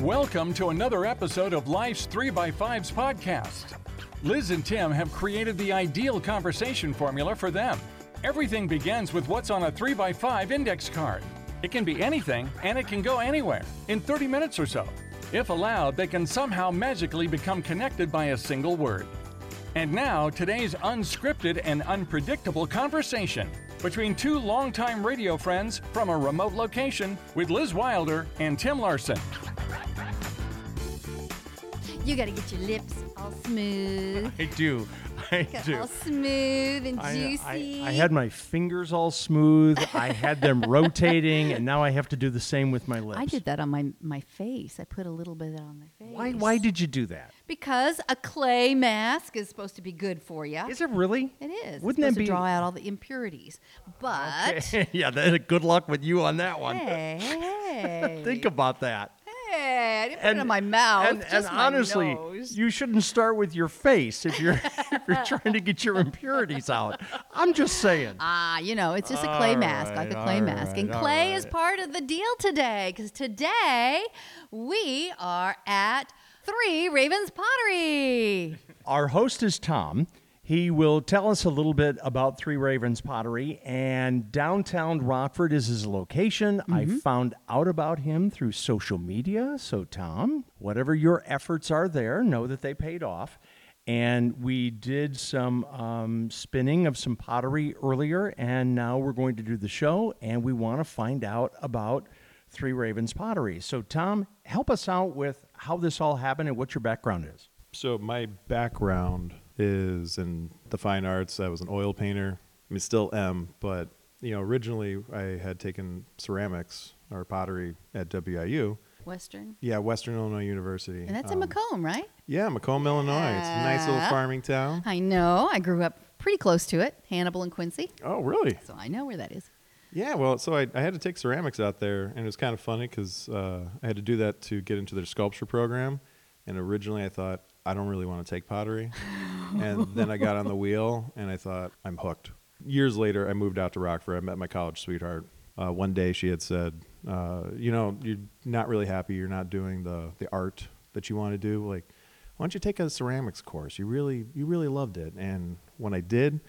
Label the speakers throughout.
Speaker 1: Welcome to another episode of Life's 3x5's podcast. Liz and Tim have created the ideal conversation formula for them. Everything begins with what's on a 3x5 index card. It can be anything and it can go anywhere in 30 minutes or so. If allowed, they can somehow magically become connected by a single word. And now, today's unscripted and unpredictable conversation between two longtime radio friends from a remote location with Liz Wilder and Tim Larson.
Speaker 2: You gotta get your lips all smooth.
Speaker 3: I do. I do.
Speaker 2: All smooth and
Speaker 3: I,
Speaker 2: juicy.
Speaker 3: I, I had my fingers all smooth. I had them rotating, and now I have to do the same with my lips.
Speaker 2: I did that on my, my face. I put a little bit on my face.
Speaker 3: Why? Why did you do that?
Speaker 2: Because a clay mask is supposed to be good for you.
Speaker 3: Is it really?
Speaker 2: It is. It's
Speaker 3: Wouldn't
Speaker 2: supposed
Speaker 3: that be?
Speaker 2: to draw out all the impurities? But
Speaker 3: yeah. That, good luck with you on that one.
Speaker 2: hey, hey,
Speaker 3: Think about that.
Speaker 2: hey, I didn't put it in my mouth.
Speaker 3: And,
Speaker 2: Oh, just
Speaker 3: and
Speaker 2: my
Speaker 3: honestly,
Speaker 2: nose.
Speaker 3: you shouldn't start with your face if you're if you're trying to get your impurities out. I'm just saying.
Speaker 2: Ah, you know, it's just a clay
Speaker 3: All
Speaker 2: mask,
Speaker 3: right,
Speaker 2: like a clay
Speaker 3: all
Speaker 2: mask. And
Speaker 3: right, all
Speaker 2: clay is
Speaker 3: right.
Speaker 2: part of the deal today because today we are at Three Ravens Pottery.
Speaker 3: Our host is Tom. He will tell us a little bit about Three Ravens Pottery, and downtown Rockford is his location. I found out about him through social media. So, Tom, whatever your efforts are there, know that they paid off. And we did some um, spinning of some pottery earlier, and now we're going to do the show, and we want to find out about Three Ravens Pottery. So, Tom, help us out with how this all happened and what your background is.
Speaker 4: So my background is in the fine arts. I was an oil painter. I mean, still am, but you know, originally I had taken ceramics or pottery at WIU.
Speaker 2: Western.
Speaker 4: Yeah, Western Illinois University.
Speaker 2: And that's
Speaker 4: Um,
Speaker 2: in Macomb, right?
Speaker 4: Yeah, Macomb, Illinois. It's a nice little
Speaker 2: Yeah.
Speaker 4: farming town.
Speaker 2: I know. I grew up pretty close to it, Hannibal and Quincy.
Speaker 4: Oh, really?
Speaker 2: So I know where that is.
Speaker 4: Yeah. Well, so I, I had to take ceramics out there, and it was kind of funny because uh, I had to do that to get into their sculpture program. And originally, I thought I don't really want to take pottery, and then I got on the wheel, and I thought I'm hooked. Years later, I moved out to Rockford. I met my college sweetheart. Uh, one day, she had said, uh, "You know, you're not really happy. You're not doing the the art that you want to do. Like, why don't you take a ceramics course? You really you really loved it." And when I did,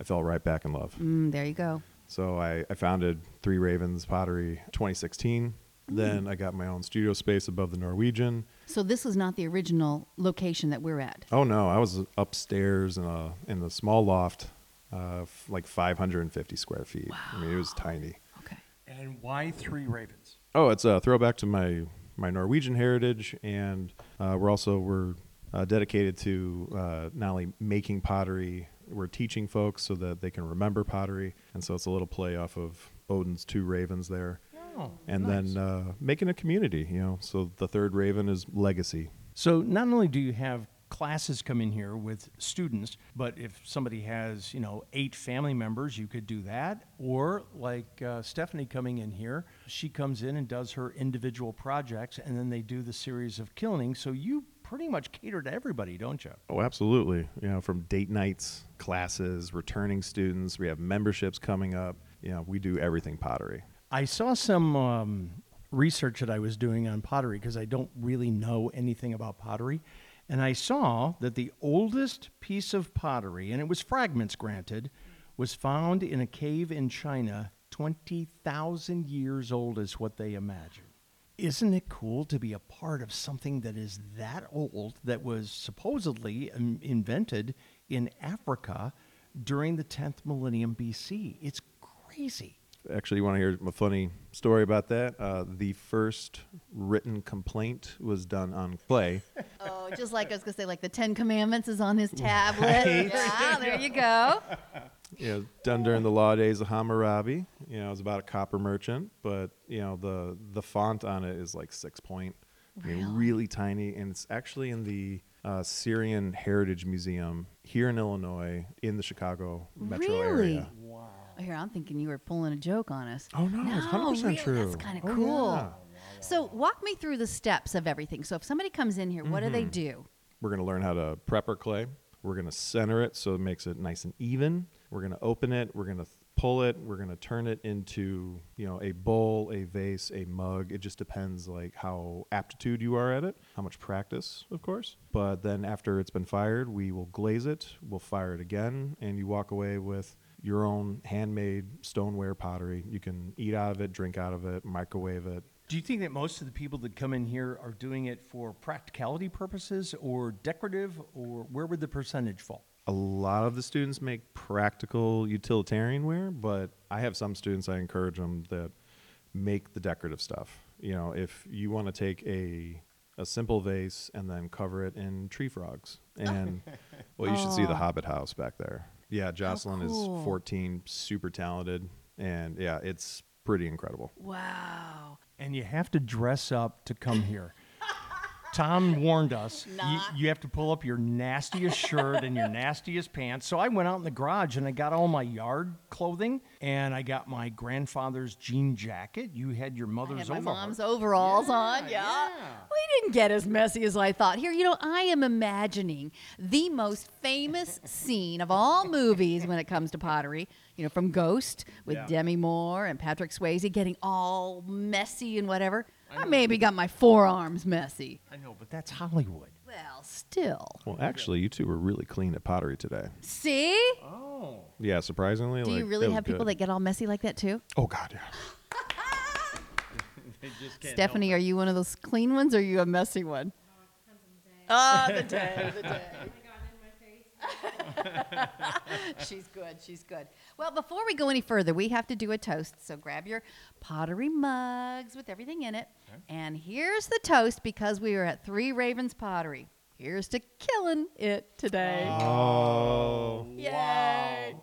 Speaker 4: I fell right back in love.
Speaker 2: Mm, there you go.
Speaker 4: So I, I founded Three Ravens Pottery 2016. Then I got my own studio space above the Norwegian.
Speaker 2: So this was not the original location that we're at.
Speaker 4: Oh no, I was upstairs in a in the small loft, uh, f- like 550 square feet. I mean, it was tiny.
Speaker 3: Oh.
Speaker 2: Okay.
Speaker 3: And why three ravens?
Speaker 4: Oh, it's a throwback to my my Norwegian heritage, and uh, we're also we're uh, dedicated to uh, not only making pottery, we're teaching folks so that they can remember pottery, and so it's a little play off of Odin's two ravens there.
Speaker 3: Oh,
Speaker 4: and then uh, making a community. You know, so the third Raven is legacy.
Speaker 3: so not only do you have classes come in here with students, but if somebody has you know eight family members, you could do that. Or like uh, Stephanie coming in here, she comes in and does her individual projects, and then they do the series of killing. So you pretty much cater to everybody, don't you?
Speaker 4: Oh, absolutely. You know, from date nights, classes, returning students, we have memberships coming up. You know, we do everything pottery.
Speaker 3: I saw some um, research that I was doing on pottery because I don't really know anything about pottery. And I saw that the oldest piece of pottery, and it was fragments granted, was found in a cave in China 20,000 years old, is what they imagine. Isn't it cool to be a part of something that is that old that was supposedly um, invented in Africa during the 10th millennium BC? It's crazy.
Speaker 4: Actually, you want to hear a funny story about that? Uh, the first written complaint was done on clay.
Speaker 2: Oh, just like I was gonna say, like the Ten Commandments is on his tablet. Yeah, there you go.
Speaker 4: you know, done during the law days of Hammurabi. You know, it was about a copper merchant, but you know the the font on it is like six point, I mean,
Speaker 2: Really?
Speaker 4: really tiny, and it's actually in the uh, Syrian Heritage Museum here in Illinois, in the Chicago metro
Speaker 2: Really?
Speaker 4: area.
Speaker 2: Oh, here, I'm thinking you were pulling a joke on us.
Speaker 4: Oh, no, it's 100%
Speaker 2: really, That's
Speaker 4: true.
Speaker 2: kind of
Speaker 4: Oh,
Speaker 2: cool.
Speaker 4: yeah.
Speaker 2: So walk me through the steps of everything. So if somebody comes in here, what do they do?
Speaker 4: We're going to learn how to prep our clay. We're going to center it so it makes it nice and even. We're going to open it. We're going to pull it. We're gonna turn it into you know a bowl, a vase, a mug. It just depends like how aptitude you are at it, how much practice, of course. But then after it's been fired, we will glaze it. We'll fire it again, and you walk away with your own handmade stoneware pottery. You can eat out of it, drink out of it, microwave it.
Speaker 3: Do you think that most of the people that come in here are doing it for practicality purposes or decorative, or where would the percentage fall?
Speaker 4: a lot of the students make practical utilitarian wear, but I have some students I encourage them that make the decorative stuff. You know, if you want to take a a simple vase and then cover it in tree frogs, and well, you should see the Hobbit house back there. Yeah, Jocelyn
Speaker 2: Oh, cool.
Speaker 4: is 14, super talented, and yeah, it's pretty incredible.
Speaker 2: Wow.
Speaker 3: And you have to dress up to come here. Tom warned us you- you, have to pull up your nastiest shirt and your nastiest pants. So I went out in the garage and I got all my yard clothing and I got my grandfather's jean jacket. You had your
Speaker 2: I had
Speaker 3: mother's
Speaker 2: my
Speaker 3: overall.
Speaker 2: mom's overalls on. Yeah. We didn't get as messy as I thought. Here, you know, I am imagining the most famous scene of all movies when it comes to pottery. You know, from Ghost with Demi Moore and Patrick Swayze getting all messy and whatever. I maybe got my forearms messy.
Speaker 3: I know, but that's Hollywood.
Speaker 2: Well, still.
Speaker 4: Well, actually, you two were really clean at pottery today.
Speaker 2: See?
Speaker 3: Oh.
Speaker 4: Yeah, surprisingly.
Speaker 2: Do you really have people that get all messy like that too?
Speaker 4: Oh God, yeah.
Speaker 2: Stephanie, are you one of those clean ones or are you a messy one? Oh, the day, the day. she's good, she's good. Well, before we go any further, we have to do a toast. So grab your pottery mugs with everything in it. And here's the toast because we are at Three Ravens Pottery. Here's to killing it today.
Speaker 4: Oh.
Speaker 2: Yay!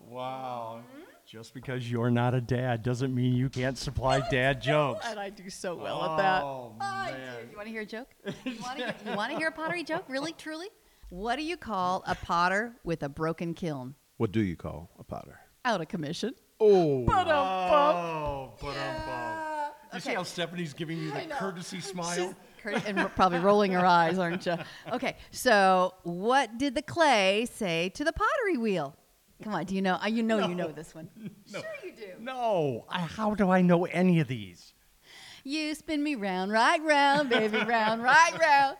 Speaker 3: Wow. Just because you're not a dad doesn't mean you can't supply dad jokes.
Speaker 2: And I do so well at that.
Speaker 3: Oh,
Speaker 2: I do. You want to hear a joke? You want to hear, you wanna hear a pottery joke? Really, truly? What do you call a potter with a broken kiln?
Speaker 4: What do you call a potter?
Speaker 2: Out of commission.
Speaker 4: Oh.
Speaker 3: Oh, but You see
Speaker 2: Okay.
Speaker 3: how Stephanie's giving you that courtesy smile?
Speaker 2: She's cur- and ro- probably rolling her eyes, aren't you? Okay, so what did the clay say to the pottery wheel? Come on, do you know? uh, You know, you know this one. Sure, you do.
Speaker 3: No, I, how do I know any of these?
Speaker 2: You spin me round, right round, baby, round, right round.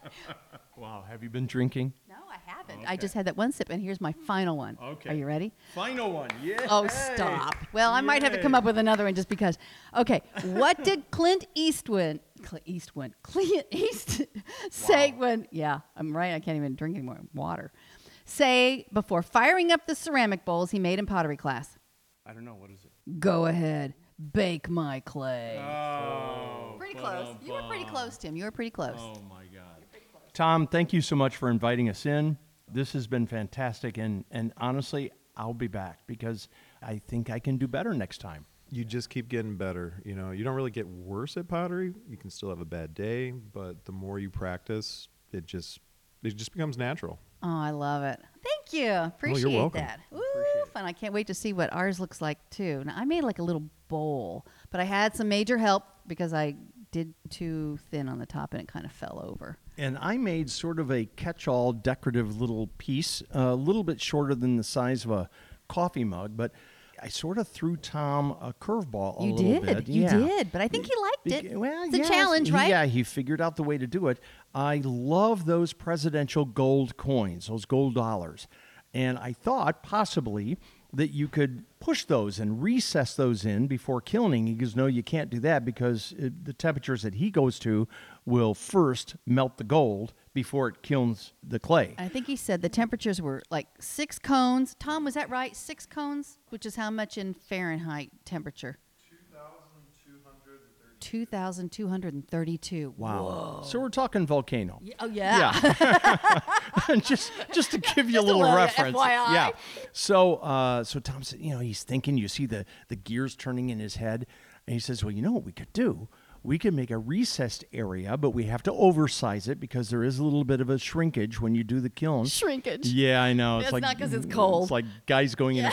Speaker 3: Wow, have you been drinking?
Speaker 2: No, I haven't. I just had that one sip, and here's my final one.
Speaker 3: Okay.
Speaker 2: Are you ready?
Speaker 3: Final one, yeah.
Speaker 2: Oh, stop. Well, I might have to come
Speaker 3: Yay.
Speaker 2: up with another one just because. Okay, what did Clint Eastwood, Clint Eastwood, Clint East say when, yeah, I'm right, I can't even drink anymore water, say before firing up the ceramic bowls he made in pottery class?
Speaker 3: I don't know, what is it?
Speaker 2: Go ahead, bake my clay.
Speaker 3: Oh,
Speaker 2: pretty close. You were pretty close, Tim. You were pretty close.
Speaker 3: my God. Tom, thank you so much for inviting us in. This has been fantastic, and, and honestly, I'll be back because I think I can do better next time.
Speaker 4: you just keep getting better. You know, you don't really get worse at pottery. You can still have a bad day, but the more you practice, it just it just becomes natural.
Speaker 2: Oh, I love it. Thank
Speaker 3: Oh,
Speaker 2: you. Appreciate
Speaker 4: welcome.
Speaker 2: that. Ooh, fun. I can't wait to see what ours looks like too. Now, I made like a little bowl, but I had some major help because I did too thin on the top and it kind of fell over.
Speaker 3: And I made sort of a catch all decorative little piece, a little bit shorter than the size of a coffee mug, but I sort of threw Tom a curveball a
Speaker 2: you
Speaker 3: little
Speaker 2: did.
Speaker 3: bit.
Speaker 2: You
Speaker 3: Yeah.
Speaker 2: did. But I think he liked
Speaker 3: Beca-
Speaker 2: it.
Speaker 3: Well,
Speaker 2: it's a
Speaker 3: yes,
Speaker 2: challenge,
Speaker 3: he-
Speaker 2: right?
Speaker 3: Yeah, he figured out the way to do it. I love those presidential gold coins, those gold dollars. And I thought possibly that you could push those and recess those in before kilning. He goes, No, you can't do that because it, the temperatures that he goes to will first melt the gold before it kilns the clay.
Speaker 2: I think he said the temperatures were like six cones. Tom, was that right? Six cones, which is how much in Fahrenheit temperature? 2,232.
Speaker 3: Wow. So we're talking volcano.
Speaker 2: Oh,
Speaker 3: Yeah. just just to give you a little
Speaker 2: little, yeah,
Speaker 3: reference.
Speaker 2: FYI.
Speaker 3: Yeah. So uh, so Tom said, you know, he's thinking, you see the the gears turning in his head, and he says, Well, you know what we could do? We could make a recessed area, but we have to oversize it because there is a little bit of a shrinkage when you do the kiln.
Speaker 2: Shrinkage.
Speaker 3: Yeah, I know.
Speaker 2: That's
Speaker 3: like
Speaker 2: not 'cause it's cold.
Speaker 3: It's like guys going in a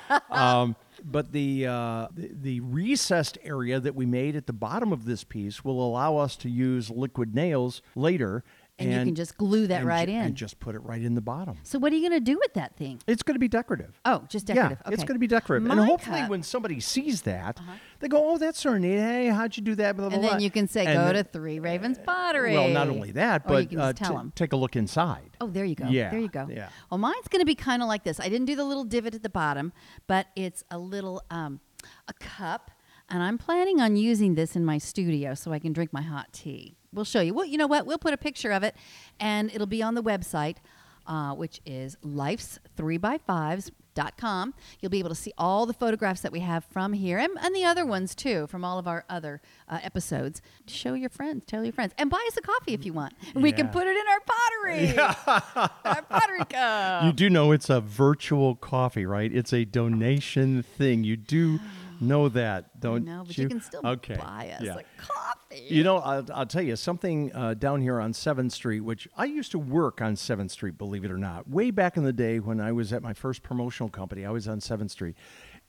Speaker 3: pool. um, but the, uh, the the recessed area that we made at the bottom of this piece will allow us to use liquid nails later
Speaker 2: And you can just glue that
Speaker 3: and
Speaker 2: right
Speaker 3: ju-
Speaker 2: in.
Speaker 3: And just put it right in the bottom.
Speaker 2: so what are you going to do with that thing?
Speaker 3: It's going to be decorative.
Speaker 2: Oh, just decorative.
Speaker 3: Yeah, it's
Speaker 2: Okay.
Speaker 3: going to be decorative.
Speaker 2: My
Speaker 3: and hopefully,
Speaker 2: cup- Uh-huh.
Speaker 3: when somebody sees that, they go, "Oh, that's her name. Hey, how'd you do that?" Blah, blah,
Speaker 2: and then
Speaker 3: blah."
Speaker 2: you can say,
Speaker 3: And
Speaker 2: "Go
Speaker 3: then-
Speaker 2: to Three Ravens Pottery."
Speaker 3: Well, not only that,
Speaker 2: or
Speaker 3: but
Speaker 2: you can just
Speaker 3: uh,
Speaker 2: tell
Speaker 3: t-
Speaker 2: them.
Speaker 3: take a look inside.
Speaker 2: Oh, there you go.
Speaker 3: Yeah,
Speaker 2: There you go.
Speaker 3: yeah.
Speaker 2: Well, mine's going to be kind of like this. I didn't do the little divot at the bottom, but it's a little um, a cup, and I'm planning on using this in my studio so I can drink my hot tea. We'll show you. Well, you know what? We'll put a picture of it, and it'll be on the website, uh, which is life's three by fives. Dot com. You'll be able to see all the photographs that we have from here and, and the other ones too from all of our other uh, episodes. Show your friends, tell your friends, and buy us a coffee if you want. And We can
Speaker 3: Yeah.
Speaker 2: put it in our pottery. Our pottery cup.
Speaker 3: You do know it's a virtual coffee, right? It's a donation thing. You do know that, don't
Speaker 2: no, but
Speaker 3: you?
Speaker 2: you, can still buy us
Speaker 3: yeah.
Speaker 2: a coffee.
Speaker 3: You know, I'll, I'll tell you something uh, down here on 7th Street, which I used to work on 7th Street, believe it or not. Way back in the day when I was at my first promotional company, I was on 7th Street.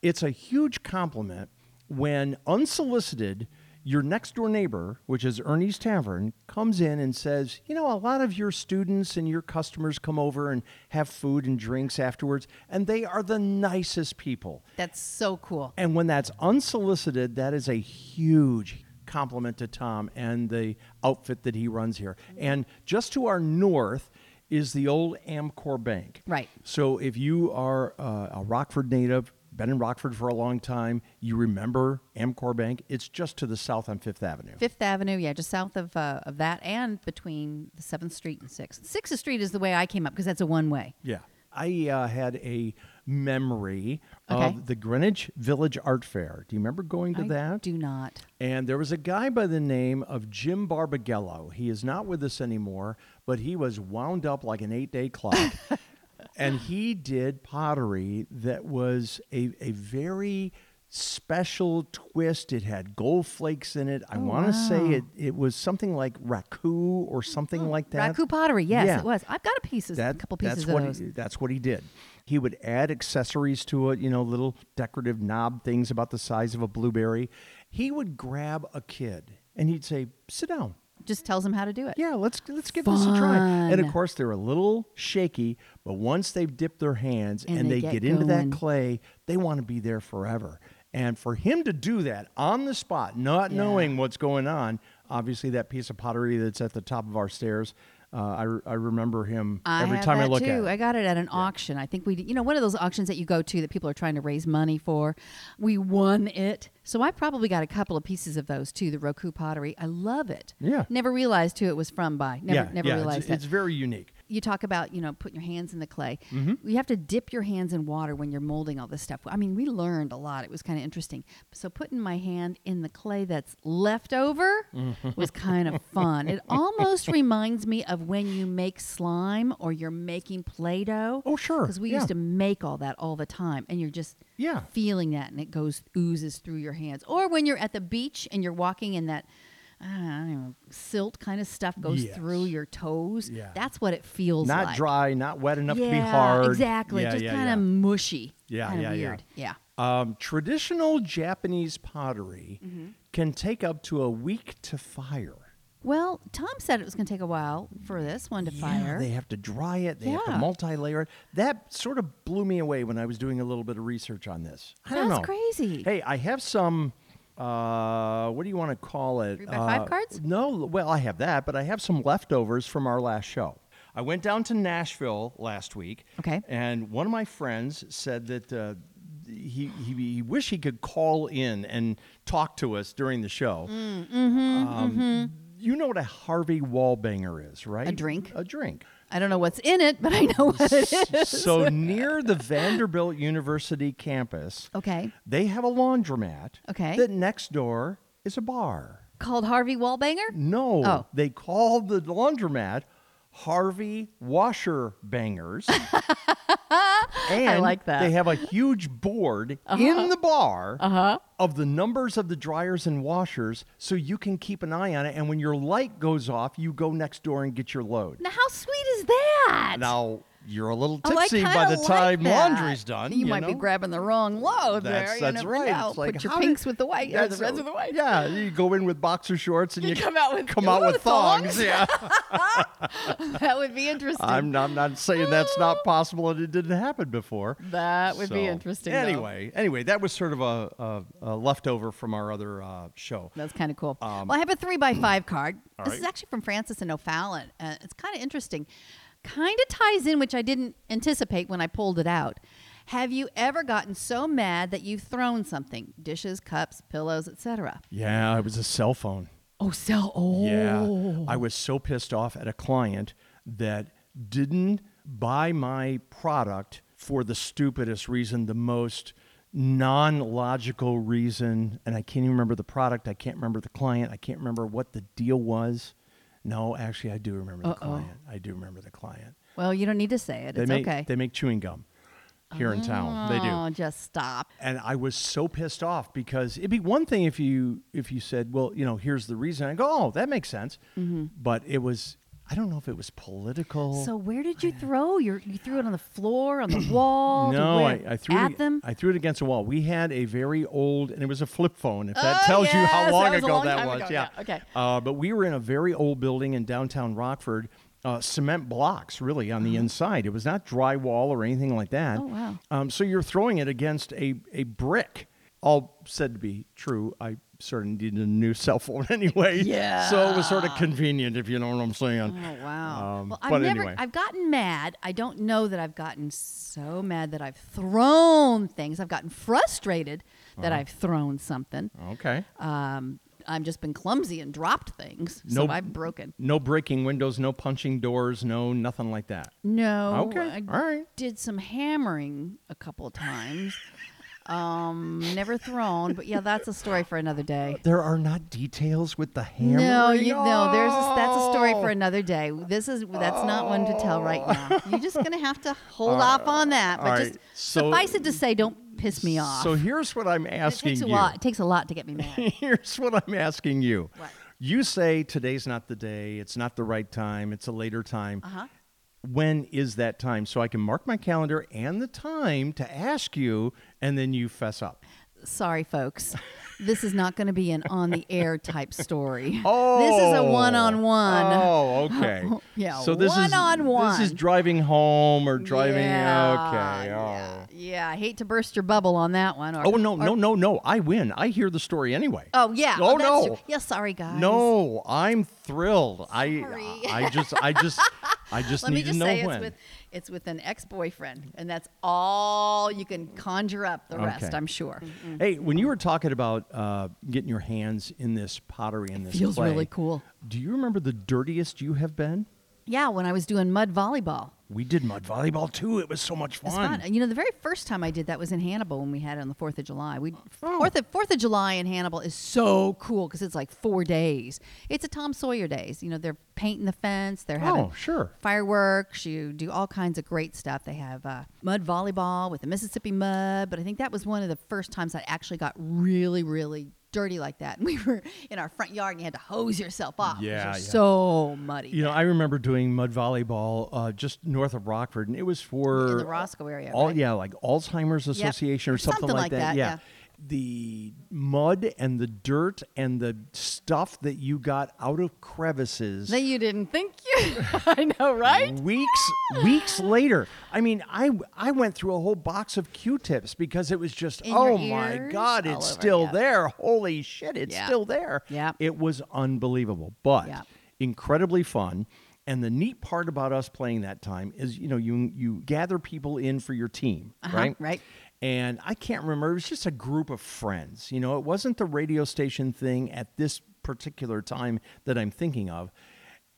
Speaker 3: It's a huge compliment when unsolicited, your next door neighbor, which is Ernie's Tavern, comes in and says, You know, a lot of your students and your customers come over and have food and drinks afterwards, and they are the nicest people.
Speaker 2: That's so cool.
Speaker 3: And when that's unsolicited, that is a huge compliment to Tom and the outfit that he runs here. And just to our north is the old Amcor Bank.
Speaker 2: Right.
Speaker 3: So if you are uh, a Rockford native, been in Rockford for a long time, you remember Amcor Bank. It's just to the south on Fifth Avenue.
Speaker 2: Fifth Avenue, yeah, just south of, uh, of that and between the 7th Street and 6th. 6th Street is the way I came up because that's a one way.
Speaker 3: Yeah. I uh, had a memory
Speaker 2: Okay.
Speaker 3: of the Greenwich Village Art Fair. Do you remember going to
Speaker 2: I
Speaker 3: that?
Speaker 2: do not.
Speaker 3: And there was a guy by the name of Jim Barbagello. He is not with us anymore, but he was wound up like an eight day clock. and he did pottery that was a, a very special twist. It had gold flakes in it.
Speaker 2: Oh,
Speaker 3: I want to say it, it was something like raku or something like that.
Speaker 2: Oh, Raku pottery, yes,
Speaker 3: Yeah.
Speaker 2: it was. I've got a piece, of- a couple pieces
Speaker 3: that's
Speaker 2: of
Speaker 3: what
Speaker 2: those.
Speaker 3: He, that's what he did. He would add accessories to it, you know, little decorative knob things about the size of a blueberry. He would grab a kid and he'd say, "Sit down.
Speaker 2: Just tells them how to do it.
Speaker 3: Yeah, let's let's give this a try." And of
Speaker 2: Fun.
Speaker 3: course, they're a little shaky, but once they've dipped their hands
Speaker 2: And
Speaker 3: and,
Speaker 2: they
Speaker 3: they,
Speaker 2: get
Speaker 3: get, into
Speaker 2: going.
Speaker 3: that clay, they want to be there forever. And for him to do that on the spot, not
Speaker 2: Yeah.
Speaker 3: knowing what's going on, obviously that piece of pottery that's at the top of our stairs. Uh, I, re- I remember him
Speaker 2: I
Speaker 3: every
Speaker 2: have
Speaker 3: time
Speaker 2: that
Speaker 3: I look
Speaker 2: too.
Speaker 3: at it.
Speaker 2: I got it at an auction. I think we, you know, one of those auctions that you go to that people are trying to raise money for. We won it, so I probably got a couple of pieces of those too. The Roku pottery, I love it.
Speaker 3: Yeah.
Speaker 2: never realized who it was from. By never, never
Speaker 3: it's-
Speaker 2: realized
Speaker 3: it's,
Speaker 2: that.
Speaker 3: very unique.
Speaker 2: you talk about you know putting your hands in the clay.
Speaker 3: Mm-hmm.
Speaker 2: You have to dip your hands in water when you're molding all this stuff. I mean, we learned a lot. It was kind of interesting. So putting my hand in the clay that's left over
Speaker 3: Mm-hmm.
Speaker 2: was kind of fun. It almost reminds me of when you make slime or you're making play-doh.
Speaker 3: Oh, sure.
Speaker 2: because we
Speaker 3: Yeah.
Speaker 2: used to make all that all the time, and you're just
Speaker 3: Yeah.
Speaker 2: feeling that, and it goes oozes through your hands. Or when you're at the beach and you're walking in that. I don't know, silt kind of stuff goes
Speaker 3: Yes.
Speaker 2: through your toes.
Speaker 3: Yeah.
Speaker 2: That's what it feels
Speaker 3: Not
Speaker 2: like.
Speaker 3: dry, not wet enough to be
Speaker 2: Yeah,
Speaker 3: hard.
Speaker 2: Exactly.
Speaker 3: Yeah,
Speaker 2: Just
Speaker 3: yeah,
Speaker 2: kind of
Speaker 3: yeah.
Speaker 2: mushy.
Speaker 3: Yeah,
Speaker 2: kinda
Speaker 3: yeah, yeah.
Speaker 2: weird. yeah.
Speaker 3: Um, traditional Japanese pottery
Speaker 2: Mm-hmm.
Speaker 3: can take up to a week to fire.
Speaker 2: Well, Tom said it was going to take a while for this one to fire.
Speaker 3: Yeah, they have to dry it. They have
Speaker 2: Yeah.
Speaker 3: to multi-layer it. That sort of blew me away when I was doing a little bit of research on this. I don't
Speaker 2: That's
Speaker 3: know.
Speaker 2: crazy.
Speaker 3: Hey, I have some. Uh, what do you want to call it?
Speaker 2: Three by five
Speaker 3: Uh,
Speaker 2: cards?
Speaker 3: No, well, I have that, but I have some leftovers from our last show. I went down to Nashville last week.
Speaker 2: Okay.
Speaker 3: And one of my friends said that uh, he, he he wished he could call in and talk to us during the show.
Speaker 2: Mm.
Speaker 3: um, You know what a Harvey Wallbanger is, right?
Speaker 2: Mm-hmm. A drink.
Speaker 3: A drink.
Speaker 2: I don't know what's in it, but I know what it is.
Speaker 3: so near the Vanderbilt University campus,
Speaker 2: Okay.
Speaker 3: they have a laundromat.
Speaker 2: Oh. Okay.
Speaker 3: That next door is a bar.
Speaker 2: Called Harvey Wallbanger?
Speaker 3: No,
Speaker 2: Oh.
Speaker 3: they call the laundromat Harvey Washer Bangers. and
Speaker 2: like that. Uh-huh.
Speaker 3: They have a huge board in the bar of the numbers of the dryers and washers so you can keep an eye on it. And when your light goes off, you go next door and get your load.
Speaker 2: Now, how sweet is that?
Speaker 3: Now, you're a little
Speaker 2: Oh, I
Speaker 3: tipsy by
Speaker 2: kinda
Speaker 3: the
Speaker 2: like
Speaker 3: time
Speaker 2: that.
Speaker 3: laundry's done.
Speaker 2: You, might be
Speaker 3: know?
Speaker 2: grabbing the wrong load
Speaker 3: That's
Speaker 2: Oh, there. You
Speaker 3: that's
Speaker 2: never
Speaker 3: right.
Speaker 2: know.
Speaker 3: It's like
Speaker 2: Put your
Speaker 3: how did-
Speaker 2: pinks with the white or the
Speaker 3: that's-
Speaker 2: reds with the white.
Speaker 3: Yeah, you go in with boxer shorts and
Speaker 2: You
Speaker 3: you,
Speaker 2: come out with-
Speaker 3: come out
Speaker 2: ooh,
Speaker 3: with thongs.
Speaker 2: thongs.
Speaker 3: Yeah,
Speaker 2: That would be interesting.
Speaker 3: I'm not, I'm not saying that's not possible and it didn't happen before.
Speaker 2: Oh. that would be
Speaker 3: So,
Speaker 2: interesting. though.
Speaker 3: Anyway, anyway, that was sort of a, a, a leftover from our other uh, show.
Speaker 2: That's kind of cool.
Speaker 3: Um,
Speaker 2: well, I have a three by five card.
Speaker 3: All
Speaker 2: This
Speaker 3: right.
Speaker 2: is actually from Francis and O'Fallon. Uh, it's kind of interesting. Kind of ties in, which I didn't anticipate when I pulled it out. Have you ever gotten so mad that you've thrown something? Dishes, cups, pillows, etc.
Speaker 3: Yeah, it was a cell phone.
Speaker 2: Oh, so oh.
Speaker 3: Yeah. I was so pissed off at a client that didn't buy my product for the stupidest reason, the most non logical reason. And I can't even remember the product. I can't remember the client. I can't remember what the deal was. No, actually, I do remember the client. I do remember the client.
Speaker 2: Well, you don't need to say it.
Speaker 3: They
Speaker 2: It's
Speaker 3: make,
Speaker 2: okay.
Speaker 3: they make chewing gum here in town. They do
Speaker 2: Oh, just stop.
Speaker 3: and I was so pissed off because it'd be one thing if you if you said, well, you know, here's the reason. I go, oh, that makes sense. But it was I don't know if it was political.
Speaker 2: So where did you throw your? You threw it on the floor, on the wall. to
Speaker 3: no, I,
Speaker 2: where?
Speaker 3: I threw
Speaker 2: at
Speaker 3: it,
Speaker 2: them.
Speaker 3: I threw it against a wall. We had a very old, and it was a flip phone. If that
Speaker 2: Oh,
Speaker 3: tells you
Speaker 2: yes,
Speaker 3: how long
Speaker 2: that was a
Speaker 3: ago
Speaker 2: long
Speaker 3: that
Speaker 2: time
Speaker 3: was,
Speaker 2: ago,
Speaker 3: yeah.
Speaker 2: yeah, okay.
Speaker 3: Uh, but we were in a very old building in downtown Rockford, uh, cement blocks really on the inside. It was not drywall or anything like that.
Speaker 2: Uh-huh. Oh, wow.
Speaker 3: Um, so you're throwing it against a a brick. All said to be true. I certainly needed a new cell phone anyway.
Speaker 2: Yeah.
Speaker 3: So it was sort of convenient, if you know what I'm saying.
Speaker 2: Oh wow!
Speaker 3: Um,
Speaker 2: well, I've
Speaker 3: but
Speaker 2: never.
Speaker 3: anyway.
Speaker 2: I've gotten mad. I don't know that I've gotten so mad that I've thrown things. I've gotten frustrated that
Speaker 3: Uh-huh.
Speaker 2: I've thrown something.
Speaker 3: Okay.
Speaker 2: Um, I've just been clumsy and dropped things,
Speaker 3: No-
Speaker 2: so I've broken.
Speaker 3: No breaking windows, no punching doors, no nothing like that.
Speaker 2: No.
Speaker 3: Okay,
Speaker 2: I
Speaker 3: all right.
Speaker 2: Did some hammering a couple of times. um, never thrown, but yeah, that's a story for another day.
Speaker 3: There are not details with the hammer.
Speaker 2: No, you no. There's a, that's a story for another day. This is that's not one to tell right now. You're just gonna have to hold off on that. But
Speaker 3: Oh. all
Speaker 2: just
Speaker 3: right. So-
Speaker 2: suffice it to say, don't piss me off.
Speaker 3: So here's what I'm
Speaker 2: it
Speaker 3: asking
Speaker 2: takes a
Speaker 3: you.
Speaker 2: lot. It takes a lot to get me mad.
Speaker 3: Here's what I'm asking you.
Speaker 2: What?
Speaker 3: You say today's not the day. It's not the right time. It's a later time.
Speaker 2: Uh huh.
Speaker 3: When is that time? So I can mark my calendar and the time to ask you, and then you fess up.
Speaker 2: Sorry, folks. This is not going to be an on the air type story. this is a one on one.
Speaker 3: Oh, okay.
Speaker 2: Yeah,
Speaker 3: So this is
Speaker 2: one-on-one.
Speaker 3: This is driving home or driving.
Speaker 2: Yeah,
Speaker 3: okay.
Speaker 2: Yeah,
Speaker 3: Oh.
Speaker 2: yeah. I hate to burst your bubble on that one. Or,
Speaker 3: Oh no,
Speaker 2: or-
Speaker 3: no, no, no! I win. I hear the story anyway.
Speaker 2: Oh yeah.
Speaker 3: Oh,
Speaker 2: that's
Speaker 3: no.
Speaker 2: true. Yeah. Sorry, guys.
Speaker 3: No, I'm thrilled. I
Speaker 2: Sorry.
Speaker 3: I just I just I just
Speaker 2: Let
Speaker 3: need
Speaker 2: me just
Speaker 3: to know
Speaker 2: say
Speaker 3: when.
Speaker 2: it's with it's with an ex-boyfriend, and that's all you can conjure up. The rest,
Speaker 3: Okay.
Speaker 2: I'm sure.
Speaker 3: hey, when you were talking about uh, getting your hands in this pottery and this
Speaker 2: Feels
Speaker 3: clay,
Speaker 2: really cool.
Speaker 3: Do you remember the dirtiest you have been?
Speaker 2: Yeah, when I was doing mud volleyball,
Speaker 3: We did mud volleyball too. It was so much
Speaker 2: it's
Speaker 3: fun.
Speaker 2: fun. You know, the very first time I did that was in Hannibal when we had it on the Fourth of July. We
Speaker 3: Oh.
Speaker 2: Fourth of Fourth of July in Hannibal is so cool because it's like four days. It's a Tom Sawyer days. You know, they're painting the fence. They're having
Speaker 3: Oh, sure.
Speaker 2: fireworks. You do all kinds of great stuff. They have uh, mud volleyball with the Mississippi mud, but I think that was one of the first times I actually got really, really dirty like that. And we were in our front yard and you had to hose yourself off. 'cause
Speaker 3: Yeah,
Speaker 2: you're
Speaker 3: yeah.
Speaker 2: so muddy.
Speaker 3: You know, I remember doing mud volleyball uh, just north of Rockford, and it was for
Speaker 2: In the Roscoe area,
Speaker 3: All
Speaker 2: right?
Speaker 3: yeah, like Alzheimer's Association or something,
Speaker 2: Something like that, yeah.
Speaker 3: the mud and the dirt and the stuff that you got out of crevices
Speaker 2: That you didn't think you. I know, right?
Speaker 3: Mm, weeks weeks later. I mean, I I went through a whole box of Q-tips because it was just
Speaker 2: In your
Speaker 3: oh my
Speaker 2: ears,
Speaker 3: god,
Speaker 2: all
Speaker 3: it's
Speaker 2: over,
Speaker 3: still
Speaker 2: yeah.
Speaker 3: there. Holy shit, it's
Speaker 2: Yeah.
Speaker 3: still there.
Speaker 2: Yeah.
Speaker 3: It was unbelievable, but
Speaker 2: Yeah.
Speaker 3: incredibly fun. And the neat part about us playing that time is, you know, you you gather people in for your team,
Speaker 2: Uh-huh,
Speaker 3: right?
Speaker 2: right.
Speaker 3: And I can't remember. It was just a group of friends. You know, it wasn't the radio station thing at this particular time that I'm thinking of.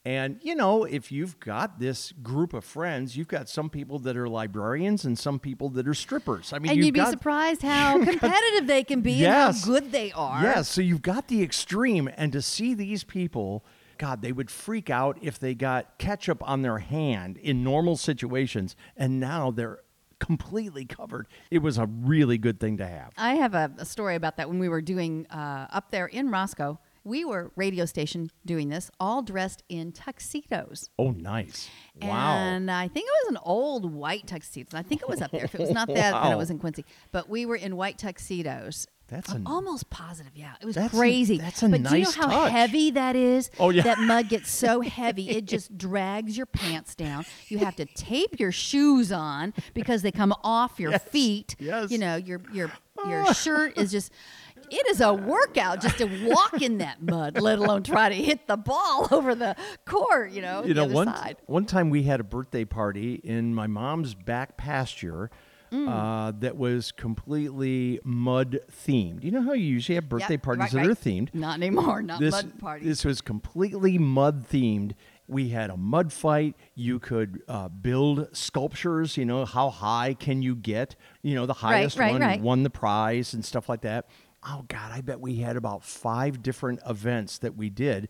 Speaker 3: And, you know, if you've got this group of friends, you've got some people that are librarians and some people that are strippers. I mean,
Speaker 2: and
Speaker 3: you've
Speaker 2: you'd be
Speaker 3: got-
Speaker 2: surprised how competitive they can be
Speaker 3: Yes.
Speaker 2: and how good they are.
Speaker 3: Yes. So you've got the extreme. And to see these people, God, they would freak out if they got ketchup on their hand in normal situations. And now they're completely covered. It was a really good thing to have.
Speaker 2: I have a, a story about that when we were doing uh, up there in Roscoe. we were radio station doing this, all dressed in tuxedos.
Speaker 3: Oh, nice. Wow.
Speaker 2: And I think it was an old white tuxedo. I think it was up there. If it was not that, then
Speaker 3: Wow.
Speaker 2: it was in Quincy. But we were in white tuxedos.
Speaker 3: That's
Speaker 2: I'm
Speaker 3: a-
Speaker 2: almost positive. Yeah, it was
Speaker 3: That's a-
Speaker 2: crazy.
Speaker 3: that's a
Speaker 2: but do you know
Speaker 3: nice
Speaker 2: how
Speaker 3: touch.
Speaker 2: heavy that is?
Speaker 3: Oh, yeah.
Speaker 2: That mud gets so heavy it just drags your pants down. You have to tape your shoes on because they come off your feet.
Speaker 3: Yes. Oh.
Speaker 2: You know your your your shirt is just. It is a workout just to walk in that mud, let alone try to hit the ball over the court. You know,
Speaker 3: you
Speaker 2: the
Speaker 3: know,
Speaker 2: other
Speaker 3: one
Speaker 2: side.
Speaker 3: one time we had a birthday party in my mom's back pasture.
Speaker 2: Mm.
Speaker 3: Uh, that was completely mud themed. You know how you usually have birthday
Speaker 2: Yep,
Speaker 3: parties
Speaker 2: right,
Speaker 3: that
Speaker 2: right.
Speaker 3: are themed.
Speaker 2: Not anymore. Not
Speaker 3: this,
Speaker 2: mud parties.
Speaker 3: This was completely mud themed. We had a mud fight. You could uh, build sculptures. You know how high can you get? You know the highest
Speaker 2: right,
Speaker 3: one
Speaker 2: right.
Speaker 3: won the prize and stuff like that. Oh God, I bet we had about five different events that we did,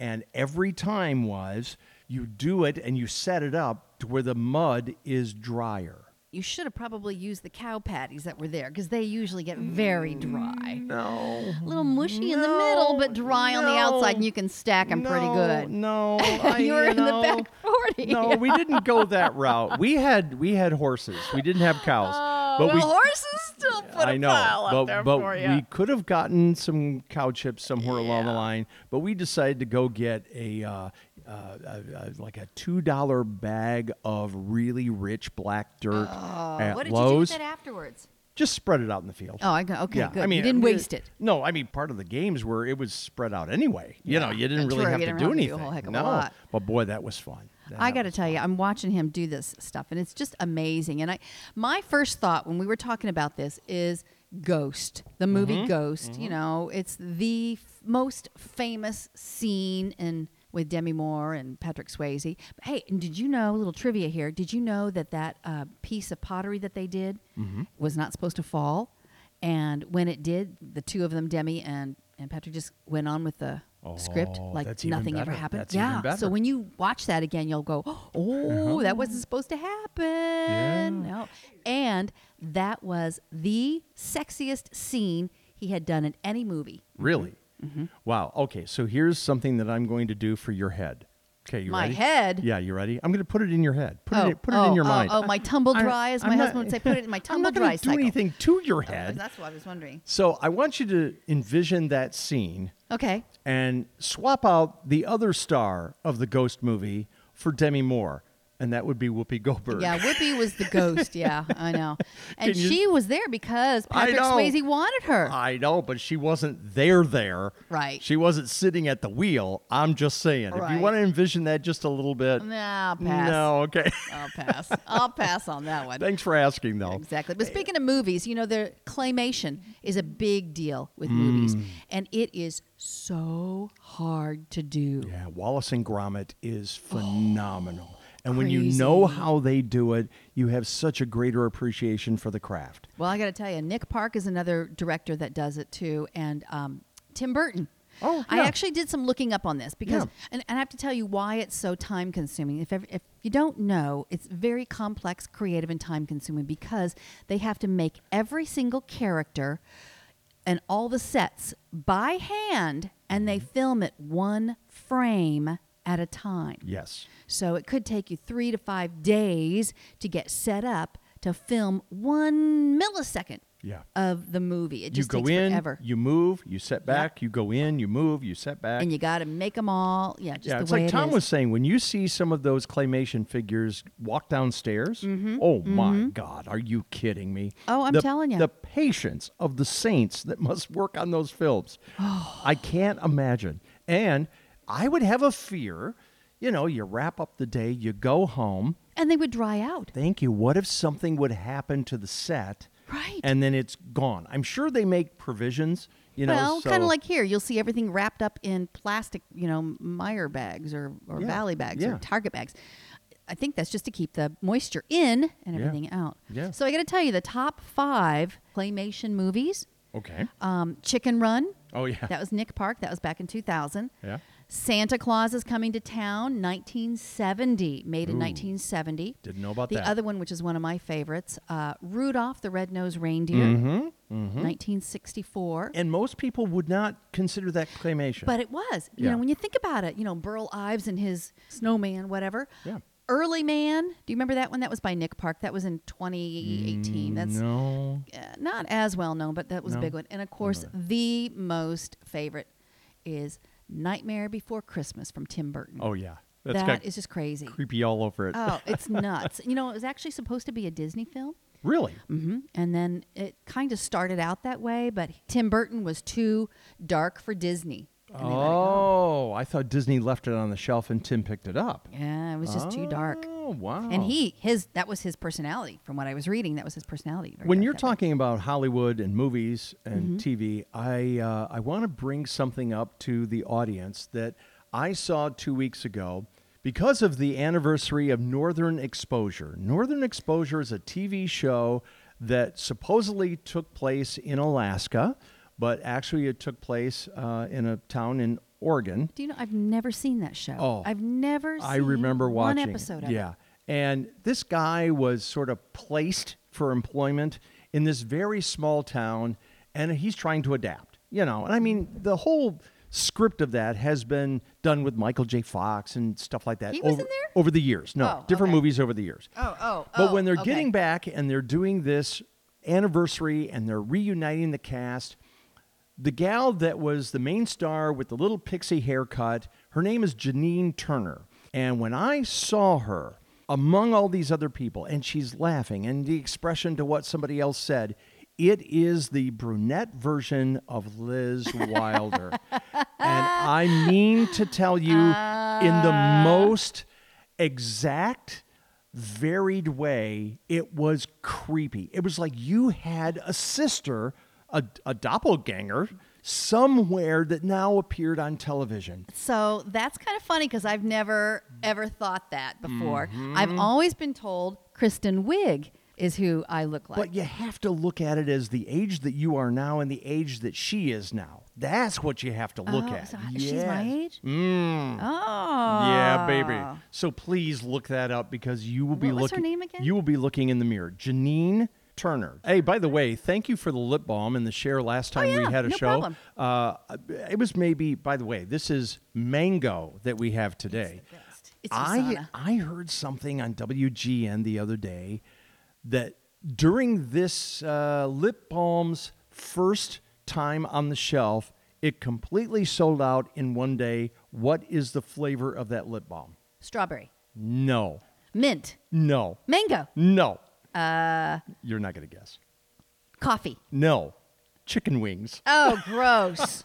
Speaker 3: and every time was you do it and you set it up to where the mud is drier.
Speaker 2: you should have probably used the cow patties that were there because they usually get very dry.
Speaker 3: Mm, No.
Speaker 2: A little mushy in the middle, but dry on the outside, and you can stack them pretty good.
Speaker 3: No, I,
Speaker 2: You were in the
Speaker 3: know,
Speaker 2: back 40.
Speaker 3: No, we didn't go that route. We had we had horses. We didn't have cows. but
Speaker 2: well,
Speaker 3: we,
Speaker 2: horses still Oh, put
Speaker 3: I know,
Speaker 2: a pile
Speaker 3: but
Speaker 2: up there
Speaker 3: but
Speaker 2: for you.
Speaker 3: we could have gotten some cow chips somewhere along the line. But we decided to go get a. Uh, uh, uh, uh, like a two dollar bag of really rich black dirt at
Speaker 2: Oh, what did you do
Speaker 3: Lowe's.
Speaker 2: with that afterwards?
Speaker 3: Just spread it out in the field.
Speaker 2: Oh, I got okay.
Speaker 3: Yeah,
Speaker 2: good.
Speaker 3: I mean,
Speaker 2: you didn't
Speaker 3: we-
Speaker 2: waste it.
Speaker 3: No, I mean, part of the games were it was spread out anyway. You know, you didn't
Speaker 2: that's
Speaker 3: really
Speaker 2: true.
Speaker 3: have
Speaker 2: You
Speaker 3: to
Speaker 2: didn't
Speaker 3: do
Speaker 2: have to
Speaker 3: anything.
Speaker 2: do a whole heck of a
Speaker 3: no,
Speaker 2: lot.
Speaker 3: but boy, that was fun.
Speaker 2: I
Speaker 3: That
Speaker 2: got to
Speaker 3: was-
Speaker 2: tell you, I'm watching him do this stuff, and it's just amazing. And I, my first thought when we were talking about this is Ghost, the movie
Speaker 3: Mm-hmm.
Speaker 2: Ghost. You know, it's the f- most famous scene in with Demi Moore and Patrick Swayze. But hey, and did you know? Little trivia here. Did you know that that uh, piece of pottery that they did
Speaker 3: Mm-hmm.
Speaker 2: was not supposed to fall, and when it did, the two of them, Demi and and Patrick, just went on with the script
Speaker 3: Oh,
Speaker 2: like
Speaker 3: that's even
Speaker 2: nothing ever
Speaker 3: better.
Speaker 2: happened.
Speaker 3: That's even
Speaker 2: yeah.
Speaker 3: better.
Speaker 2: so when you watch that again, you'll go, "Oh, that
Speaker 3: Uh-huh.
Speaker 2: wasn't supposed to happen." No. And that was the sexiest scene he had done in any movie.
Speaker 3: Really?
Speaker 2: Mm-hmm.
Speaker 3: Wow. Okay, so here's something that I'm going to do for your head. Okay, you
Speaker 2: My
Speaker 3: ready?
Speaker 2: head?
Speaker 3: Yeah, you ready? I'm going to put it in your head. Put
Speaker 2: oh,
Speaker 3: it. in- Put
Speaker 2: oh,
Speaker 3: it in your
Speaker 2: oh,
Speaker 3: mind.
Speaker 2: Oh, my tumble
Speaker 3: I'm-
Speaker 2: dry, as my
Speaker 3: I'm not-
Speaker 2: husband would say. Put it in my
Speaker 3: I'm
Speaker 2: tumble
Speaker 3: not
Speaker 2: dry
Speaker 3: going to do
Speaker 2: cycle.
Speaker 3: anything to your
Speaker 2: Oh,
Speaker 3: head.
Speaker 2: that's what I was wondering.
Speaker 3: So I want you to envision that scene
Speaker 2: Okay.
Speaker 3: and swap out the other star of the Ghost movie for Demi Moore, and that would be Whoopi Goldberg.
Speaker 2: Yeah, Whoopi was the ghost. Yeah, I know. And
Speaker 3: Can you-
Speaker 2: she was there because
Speaker 3: I
Speaker 2: Patrick
Speaker 3: know.
Speaker 2: Swayze wanted her.
Speaker 3: I know, but she wasn't there there.
Speaker 2: Right.
Speaker 3: She wasn't sitting at the wheel. I'm just saying. If you
Speaker 2: Right.
Speaker 3: want to envision that just a little bit.
Speaker 2: Nah, I'll pass.
Speaker 3: No, okay.
Speaker 2: I'll pass. I'll pass on that one.
Speaker 3: Thanks for asking though.
Speaker 2: Exactly. But speaking of movies, you know, their claymation is a big deal with movies, and it is so hard to do.
Speaker 3: Yeah, Wallace and Gromit is phenomenal. and when you know
Speaker 2: crazy.
Speaker 3: how they do it, you have such a greater appreciation for the craft.
Speaker 2: Well, I got to tell you, Nick Park is another director that does it too, and um, Tim Burton.
Speaker 3: Oh,
Speaker 2: I
Speaker 3: yeah.
Speaker 2: actually did some looking up on this because,
Speaker 3: Yeah.
Speaker 2: and, and I have to tell you why it's so time consuming. If, ev- if you don't know, it's very complex, creative, and time consuming because they have to make every single character and all the sets by hand, and
Speaker 3: Mm-hmm.
Speaker 2: they film it one frame at a time.
Speaker 3: Yes.
Speaker 2: So it could take you three to five days to get set up to film one millisecond
Speaker 3: Yeah.
Speaker 2: of the movie. It Uh,
Speaker 3: You
Speaker 2: just
Speaker 3: go
Speaker 2: takes
Speaker 3: in,
Speaker 2: forever.
Speaker 3: you move, you set back, you go in, you move, you set back.
Speaker 2: and you got to make them all. Yeah, just
Speaker 3: yeah,
Speaker 2: the
Speaker 3: it's
Speaker 2: way
Speaker 3: like
Speaker 2: it
Speaker 3: Tom
Speaker 2: is.
Speaker 3: was saying, when you see some of those claymation figures walk downstairs, oh my God, are you kidding me?
Speaker 2: Mm-hmm. Oh, I'm
Speaker 3: The-
Speaker 2: telling ya.
Speaker 3: The patience of the saints that must work on those films.
Speaker 2: Oh.
Speaker 3: I can't imagine. And I would have a fear, you know, you wrap up the day, you go home.
Speaker 2: And they would dry out.
Speaker 3: Thank you. What if something would happen to the set?
Speaker 2: Right.
Speaker 3: And then it's gone. I'm sure they make provisions, you know.
Speaker 2: well,
Speaker 3: so-
Speaker 2: kind of like here, you'll see everything wrapped up in plastic, you know, Meyer bags or, or
Speaker 3: Yeah,
Speaker 2: Valley bags
Speaker 3: yeah.
Speaker 2: or Target bags. I think that's just to keep the moisture in and
Speaker 3: Yeah,
Speaker 2: everything out.
Speaker 3: yeah.
Speaker 2: So I got to tell you, the top five claymation movies
Speaker 3: Okay.
Speaker 2: um, Chicken Run.
Speaker 3: Oh, yeah.
Speaker 2: That was Nick Park. That was back in 2000.
Speaker 3: Yeah.
Speaker 2: Santa Claus is Coming to Town, 1970, made in 1970.
Speaker 3: Didn't know about
Speaker 2: the
Speaker 3: that.
Speaker 2: other one, which is one of my favorites, uh, Rudolph the Red-Nosed Reindeer. 1964.
Speaker 3: Mm-hmm, And most people would not consider that claymation.
Speaker 2: But it was. You
Speaker 3: Yeah.
Speaker 2: know, when you think about it, you know, Burl Ives and his snowman, whatever.
Speaker 3: Yeah.
Speaker 2: Early Man. Do you remember that one? That was by Nick Park. That was in 2018. That's
Speaker 3: no.
Speaker 2: uh, not as well known, but that was a
Speaker 3: No.
Speaker 2: big one. And of course, the most favorite is Nightmare Before Christmas from Tim Burton.
Speaker 3: Oh yeah,
Speaker 2: That's
Speaker 3: got
Speaker 2: just crazy.
Speaker 3: creepy all over it.
Speaker 2: Oh, it's nuts. you know, it was actually supposed to be a Disney film.
Speaker 3: really?
Speaker 2: hmm And then it kind of started out that way, but Tim Burton was too dark for Disney. and they let it go.
Speaker 3: Oh, I thought Disney left it on the shelf and Tim picked it up.
Speaker 2: Yeah, it was just too dark.
Speaker 3: Oh wow.
Speaker 2: And he, his, that was his personality. From what I was reading, that was his personality. Very
Speaker 3: When
Speaker 2: dark
Speaker 3: you're
Speaker 2: that way.
Speaker 3: talking about Hollywood and movies and TV, I uh, I want to bring something up to the audience that I saw two weeks ago because of the anniversary of Northern Exposure. Northern Exposure is a TV show that supposedly took place in Alaska, but actually it took place uh, in a town in Oregon.
Speaker 2: do you know? I've never seen that show.
Speaker 3: Oh,
Speaker 2: I've never.
Speaker 3: I
Speaker 2: seen
Speaker 3: remember watching
Speaker 2: one
Speaker 3: it.
Speaker 2: episode of
Speaker 3: yeah.
Speaker 2: it.
Speaker 3: And this guy was sort of placed for employment in this very small town and he's trying to adapt. You know, and I mean the whole script of that has been done with Michael J. Fox and stuff like that
Speaker 2: He was
Speaker 3: over
Speaker 2: in there?
Speaker 3: over the years. No,
Speaker 2: Oh,
Speaker 3: different
Speaker 2: okay.
Speaker 3: movies over the years.
Speaker 2: Oh, oh,
Speaker 3: But
Speaker 2: oh,
Speaker 3: when they're
Speaker 2: okay.
Speaker 3: getting back and they're doing this anniversary and they're reuniting the cast, the gal that was the main star with the little pixie haircut, her name is Janine Turner. And when I saw her among all these other people, and she's laughing, and the expression to what somebody else said, it is the brunette version of Liz Wilder. and
Speaker 2: Ah.
Speaker 3: I mean to tell you, in the most exact, varied way, it was creepy. It was like you had a sister, a, a doppelganger, somewhere that now appeared on television.
Speaker 2: So that's kind of funny because I've never ever thought that before.
Speaker 3: Mm-hmm.
Speaker 2: I've always been told Kristen Wiig is who I look like.
Speaker 3: But you have to look at it as the age that you are now and the age that she is now. That's what you have to look
Speaker 2: oh,
Speaker 3: at.
Speaker 2: so she's my
Speaker 3: Yes. Mm.
Speaker 2: age. Oh,
Speaker 3: Yeah, baby. So please look that up because you will be
Speaker 2: What
Speaker 3: looking.
Speaker 2: was her name again?
Speaker 3: You will be looking in the mirror. Janine Turner. Hey, by the way, thank you for the lip balm and the share last time
Speaker 2: Oh, yeah,
Speaker 3: we had a
Speaker 2: no
Speaker 3: show.
Speaker 2: problem.
Speaker 3: Uh, it was maybe. By the way, this is mango that we have today.
Speaker 2: It's
Speaker 3: I
Speaker 2: Rosanna.
Speaker 3: I heard something on WGN the other day that during this uh, lip balm's first time on the shelf, it completely sold out in one day. What is the flavor of that lip balm?
Speaker 2: Strawberry,
Speaker 3: No,
Speaker 2: mint,
Speaker 3: no,
Speaker 2: mango,
Speaker 3: no. Uh, You're not gonna guess.
Speaker 2: coffee.
Speaker 3: No, chicken wings.
Speaker 2: Oh, gross.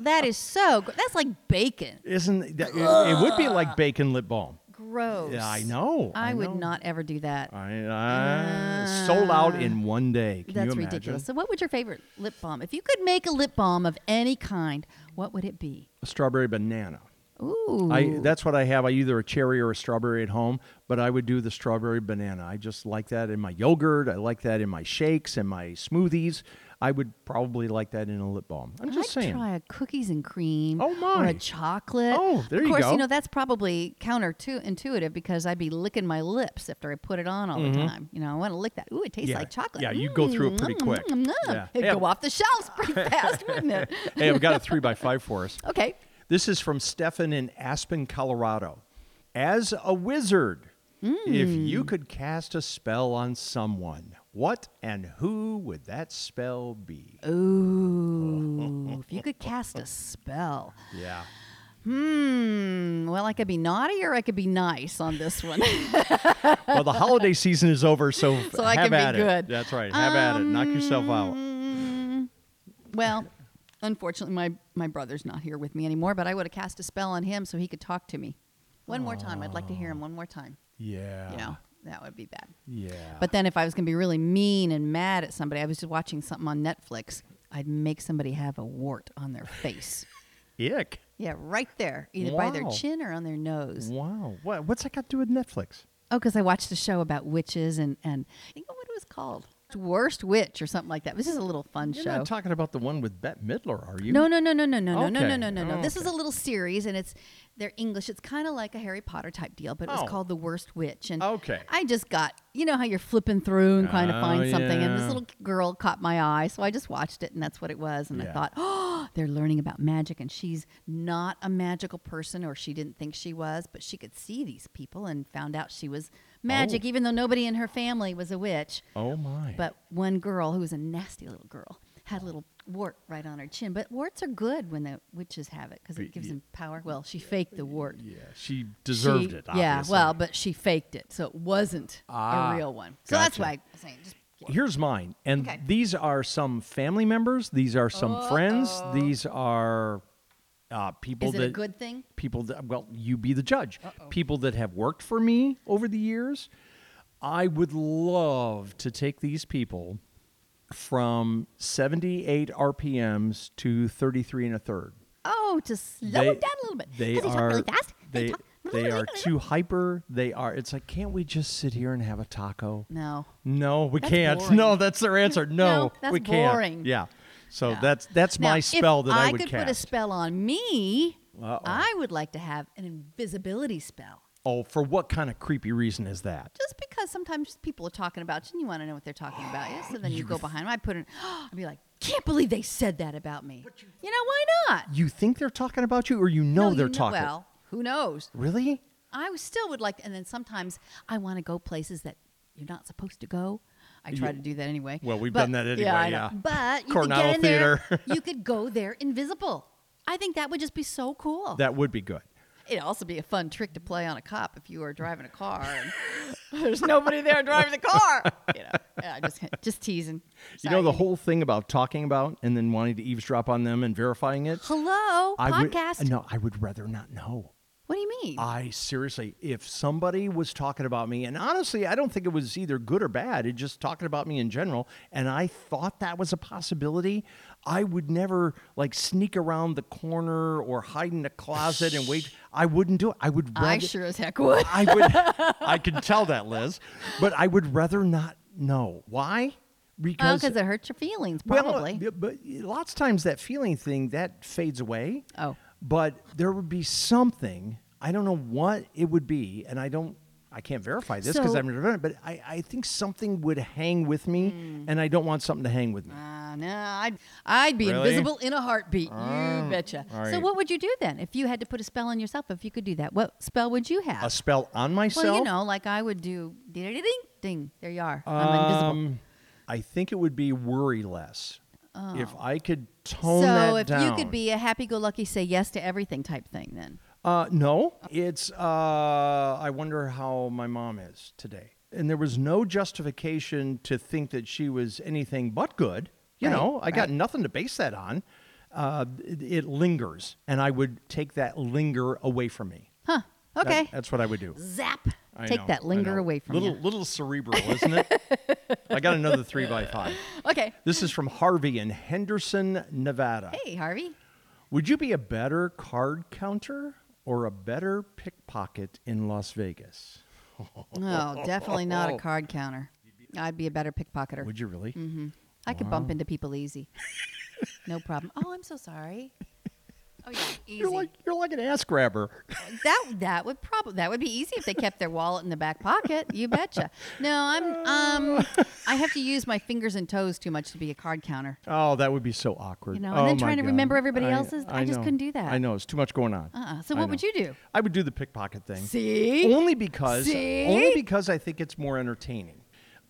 Speaker 2: that is so. Gr- that's like bacon.
Speaker 3: Isn't that, it, it would be like bacon lip balm?
Speaker 2: Gross.
Speaker 3: Yeah, I know.
Speaker 2: I, would
Speaker 3: know.
Speaker 2: not ever do that.
Speaker 3: I, I- sold out in one day. Can you
Speaker 2: Uh, That's
Speaker 3: imagine?
Speaker 2: ridiculous. So, what would your favorite lip balm? If you could make a lip balm of any kind, what would it be?
Speaker 3: strawberry banana.
Speaker 2: Ooh,
Speaker 3: I that's what I have. I either a cherry or a strawberry at home, but I would do the strawberry banana. I just like that in my yogurt. I like that in my shakes and my smoothies. I would probably like that in a lip balm. I'm just
Speaker 2: I'd
Speaker 3: saying.
Speaker 2: try a cookies and cream.
Speaker 3: Oh,
Speaker 2: Or
Speaker 3: my.
Speaker 2: a chocolate.
Speaker 3: Oh, there
Speaker 2: of
Speaker 3: you
Speaker 2: course,
Speaker 3: go.
Speaker 2: you know that's probably counter to intuitive because I'd be licking my lips after I put it on all the time. You know, I want to lick that. Ooh, it tastes
Speaker 3: Mm-hmm. Yeah.
Speaker 2: like chocolate.
Speaker 3: Yeah, you'd go through it pretty
Speaker 2: Mm,
Speaker 3: quick.
Speaker 2: mm, mm, mm.
Speaker 3: Yeah.
Speaker 2: It'd
Speaker 3: Yeah.
Speaker 2: go off the shelves pretty fast, wouldn't it?
Speaker 3: hey, I've got a three by five for us.
Speaker 2: Okay.
Speaker 3: This is from Stefan in Aspen, Colorado. As a wizard, if
Speaker 2: Mm.
Speaker 3: you could cast a spell on someone, what and who would that spell be?
Speaker 2: Oh. Ooh, if you could cast a spell.
Speaker 3: Yeah.
Speaker 2: Hmm. Well, I could be naughty or I could be nice on this one.
Speaker 3: Well, the holiday season is over, so,
Speaker 2: So I can
Speaker 3: have
Speaker 2: be
Speaker 3: at
Speaker 2: good. Um,
Speaker 3: it. That's right. Have at it. Knock yourself out.
Speaker 2: well, unfortunately, my, my brother's not here with me anymore, but I would have cast a spell on him so he could talk to me. One more time. I'd like to hear him one more time.
Speaker 3: Yeah. Ah.
Speaker 2: You know, that would be bad.
Speaker 3: Yeah.
Speaker 2: But then if I was going to be really mean and mad at somebody, I was just watching something on Netflix, I'd make somebody have a wart on their face.
Speaker 3: ick.
Speaker 2: yeah, right there, either by their
Speaker 3: Wow.
Speaker 2: chin or on their nose.
Speaker 3: Wow. What, what's that got to do with Netflix?
Speaker 2: Oh, because I watched a show about witches and and I think what it was called. Worst Witch or something like that. This is a little fun
Speaker 3: You're
Speaker 2: show.
Speaker 3: not talking about the one with Bette Midler, are you?
Speaker 2: No, no, no, no, no, no, no, no, no,
Speaker 3: Okay.
Speaker 2: no, no, no.
Speaker 3: Oh,
Speaker 2: This is
Speaker 3: okay.
Speaker 2: a little series, and it's they're English. It's kind of like a Harry Potter type deal, but it was
Speaker 3: Oh.
Speaker 2: called The Worst Witch. And
Speaker 3: Okay.
Speaker 2: I just got you know how you're flipping through and trying to
Speaker 3: Oh,
Speaker 2: find something, and this
Speaker 3: yeah.
Speaker 2: little girl caught my eye, so I just watched it, and that's what it was. And I
Speaker 3: Yeah.
Speaker 2: thought, oh, they're learning about magic, and she's not a magical person, or she didn't think she was, but she could see these people and found out she was magic,
Speaker 3: Oh.
Speaker 2: even though nobody in her family was a witch.
Speaker 3: Oh my.
Speaker 2: But one girl who was a nasty little girl had a little wart right on her chin. But warts are good when the witches have it because it
Speaker 3: But
Speaker 2: gives
Speaker 3: ye-
Speaker 2: them power. Well, she faked the wart.
Speaker 3: yeah, she deserved
Speaker 2: She-
Speaker 3: it.
Speaker 2: Yeah,
Speaker 3: obviously.
Speaker 2: well, but she faked it, so it wasn't
Speaker 3: Ah,
Speaker 2: a real one. So that's
Speaker 3: gotcha.
Speaker 2: why I'm saying just.
Speaker 3: Here's mine. And
Speaker 2: Okay.
Speaker 3: these are some family members. These are some friends. These are uh, people
Speaker 2: Is it
Speaker 3: that
Speaker 2: a good thing?
Speaker 3: people that well, you be the judge. People that have worked for me over the years. I would love to take these people from 78 RPMs to 33 and a third.
Speaker 2: Oh, to slow it down a little bit. 'Cause
Speaker 3: They
Speaker 2: talk
Speaker 3: are
Speaker 2: really fast.
Speaker 3: They,
Speaker 2: talk-
Speaker 3: they are too hyper. They are. It's like, can't we just sit here and have a taco?
Speaker 2: No.
Speaker 3: No, we
Speaker 2: That's
Speaker 3: can't.
Speaker 2: boring.
Speaker 3: No, that's their answer. No,
Speaker 2: No, that's
Speaker 3: we can't.
Speaker 2: boring.
Speaker 3: Yeah. So
Speaker 2: No.
Speaker 3: Oh, that's that's
Speaker 2: Now,
Speaker 3: my
Speaker 2: if
Speaker 3: spell that I, would
Speaker 2: could
Speaker 3: cast.
Speaker 2: put a spell on me.
Speaker 3: Uh-oh.
Speaker 2: I would like to have an invisibility spell.
Speaker 3: oh, for what kind of creepy reason is that?
Speaker 2: just because sometimes people are talking about you and you want to know what they're talking about you. So then you go behind them. I put in, I'd be like, can't believe they said that about me. You, know, why not?
Speaker 3: You think they're talking about you, or you know
Speaker 2: No, you
Speaker 3: they're
Speaker 2: kn-
Speaker 3: talking?
Speaker 2: Well, who knows?
Speaker 3: really?
Speaker 2: I was- still would like, and then sometimes I want to go places that you're not supposed to go. I try
Speaker 3: Yeah.
Speaker 2: to do that anyway.
Speaker 3: Well, we've
Speaker 2: But-
Speaker 3: done that anyway,
Speaker 2: Yeah, I
Speaker 3: yeah.
Speaker 2: know. But you
Speaker 3: Coronado
Speaker 2: could get in there-
Speaker 3: Theater.
Speaker 2: you could go there invisible. I think that would just be so cool.
Speaker 3: That would be good.
Speaker 2: It'd also be a fun trick to play on a cop if you are driving a car and there's nobody there driving the car. You know, yeah, just just teasing.
Speaker 3: you know
Speaker 2: Sorry,
Speaker 3: the
Speaker 2: Amy.
Speaker 3: whole thing about talking about and then wanting to eavesdrop on them and verifying it.
Speaker 2: hello
Speaker 3: I would-
Speaker 2: podcast.
Speaker 3: no, I would rather not know.
Speaker 2: What do you mean?
Speaker 3: I seriously, if somebody was talking about me, and honestly, I don't think it was either good or bad, it just talking about me in general, and I thought that was a possibility, I would never like sneak around the corner or hide in a closet and wait. I wouldn't do it. I would rather.
Speaker 2: I sure as heck would.
Speaker 3: I would. I can tell that, Liz, but I would rather not know. Why?
Speaker 2: Oh,
Speaker 3: Because.
Speaker 2: because it hurts your feelings,
Speaker 3: well,
Speaker 2: probably.
Speaker 3: yeah, but lots of times that feeling thing that fades away
Speaker 2: oh,
Speaker 3: but there would be something i don't know what it would be and i don't i can't verify this because
Speaker 2: So-
Speaker 3: i've never done it but I, I think something would hang with me
Speaker 2: Hmm.
Speaker 3: and i don't want something to hang with me
Speaker 2: uh, no, I'd I'd be
Speaker 3: Really? Oh,
Speaker 2: invisible in a heartbeat. you betcha.
Speaker 3: all
Speaker 2: So
Speaker 3: right.
Speaker 2: what would you do then if you had to put a spell on yourself? If you could do that, what spell would you have?
Speaker 3: a spell on myself
Speaker 2: well, you know, like I would do. Ding, ding, ding. There you are. I'm invisible.
Speaker 3: um, i think it would be worry less if i could tone that
Speaker 2: Oh. So if you
Speaker 3: down-
Speaker 2: could be a happy-go-lucky, say yes to everything type thing, then
Speaker 3: Uh, no, it's. Uh, I wonder how my mom is today. And there was no justification to think that she was anything but good. You
Speaker 2: Right,
Speaker 3: know, I got
Speaker 2: right.
Speaker 3: nothing to base that on. Uh, it, it lingers, and I would take that linger away from me.
Speaker 2: huh?
Speaker 3: That-
Speaker 2: Okay,
Speaker 3: that's what I would do.
Speaker 2: zap.
Speaker 3: I
Speaker 2: Take
Speaker 3: know,
Speaker 2: that
Speaker 3: I
Speaker 2: linger
Speaker 3: know.
Speaker 2: away from
Speaker 3: little,
Speaker 2: you.
Speaker 3: Little cerebral, isn't it? I got another three by five.
Speaker 2: Okay.
Speaker 3: This is from Harvey in Henderson, Nevada.
Speaker 2: Hey, Harvey.
Speaker 3: Would you be a better card counter or a better pickpocket in Las Vegas?
Speaker 2: No, definitely not a card counter. I'd be a better pickpocketer.
Speaker 3: Would you really?
Speaker 2: Mm-hmm. I could bump into people easy. No problem. Oh, I'm so sorry. Oh yeah, easy.
Speaker 3: You're like you're like an ass grabber.
Speaker 2: that that would probably that would be easy if they kept their wallet in the back pocket. You betcha. No, I'm um I have to use my fingers and toes too much to be a card counter.
Speaker 3: Oh, that would be so awkward.
Speaker 2: You know, and
Speaker 3: Oh
Speaker 2: then
Speaker 3: my
Speaker 2: trying to remember everybody
Speaker 3: I-
Speaker 2: else's, I just
Speaker 3: know.
Speaker 2: couldn't do that.
Speaker 3: I know it's too much going on.
Speaker 2: Uh-uh. So
Speaker 3: I
Speaker 2: what would
Speaker 3: know.
Speaker 2: you do?
Speaker 3: I would do the pickpocket thing.
Speaker 2: See?
Speaker 3: Only because
Speaker 2: See?
Speaker 3: only because I think it's more entertaining.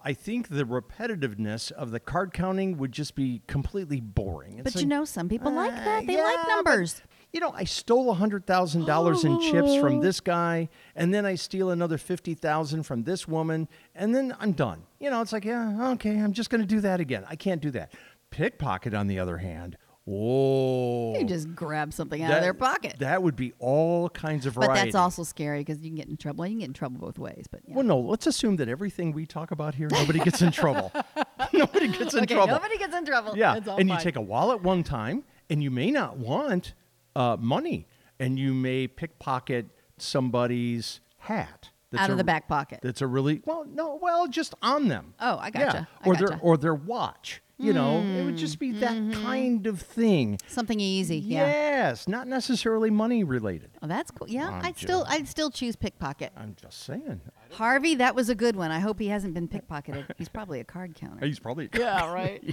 Speaker 3: I think the repetitiveness of the card counting would just be completely boring. It's
Speaker 2: But you
Speaker 3: like,
Speaker 2: know, some people like
Speaker 3: Uh,
Speaker 2: that. They
Speaker 3: yeah,
Speaker 2: like
Speaker 3: but,
Speaker 2: numbers. Oh.
Speaker 3: you know, I stole hundred thousand dollars in chips from this guy, and then I steal another fifty thousand from this woman, and then I'm done. You know, it's like, yeah, okay, I'm just going to do that again. I can't do that. Pickpocket, on the other hand, oh,
Speaker 2: You just grab something out of their pocket.
Speaker 3: That would be all kinds of
Speaker 2: but
Speaker 3: variety.
Speaker 2: that's also scary because you can get in trouble. Well, you can get in trouble both ways. But yeah.
Speaker 3: Well, no. Let's assume that everything we talk about here, nobody gets in trouble. nobody gets in
Speaker 2: okay,
Speaker 3: trouble.
Speaker 2: nobody gets in trouble.
Speaker 3: Yeah,
Speaker 2: It's all
Speaker 3: and you
Speaker 2: fine.
Speaker 3: take a wallet one time, and you may not want uh, money, and you may pickpocket somebody's hat that
Speaker 2: out of
Speaker 3: a-
Speaker 2: the back pocket.
Speaker 3: That's a really well, no, well, just on them.
Speaker 2: Oh, I gotcha. I
Speaker 3: Or their
Speaker 2: gotcha.
Speaker 3: or their watch. You know, it would just be that kind of thing.
Speaker 2: Something easy. Yeah.
Speaker 3: Yes, not necessarily money related.
Speaker 2: Oh, that's cool. Yeah,
Speaker 3: I'm
Speaker 2: I'd still
Speaker 3: joking.
Speaker 2: I'd still choose pickpocket.
Speaker 3: I'm just saying.
Speaker 2: Harvey, that was a good one. I hope he hasn't been pickpocketed. He's probably a card counter.
Speaker 3: He's probably
Speaker 2: Yeah, right.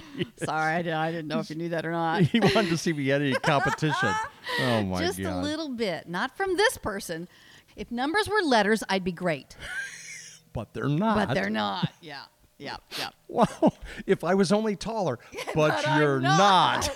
Speaker 2: Sorry, I, did, I didn't know if you knew that or not.
Speaker 3: he wanted to see if he had any competition. Oh my
Speaker 2: Just
Speaker 3: god.
Speaker 2: a little bit, not from this person. If numbers were letters, I'd be great,
Speaker 3: But they're not.
Speaker 2: but they're not. Yeah, yeah, yeah.
Speaker 3: Well, if I was only taller, but,
Speaker 2: I'm
Speaker 3: you're not.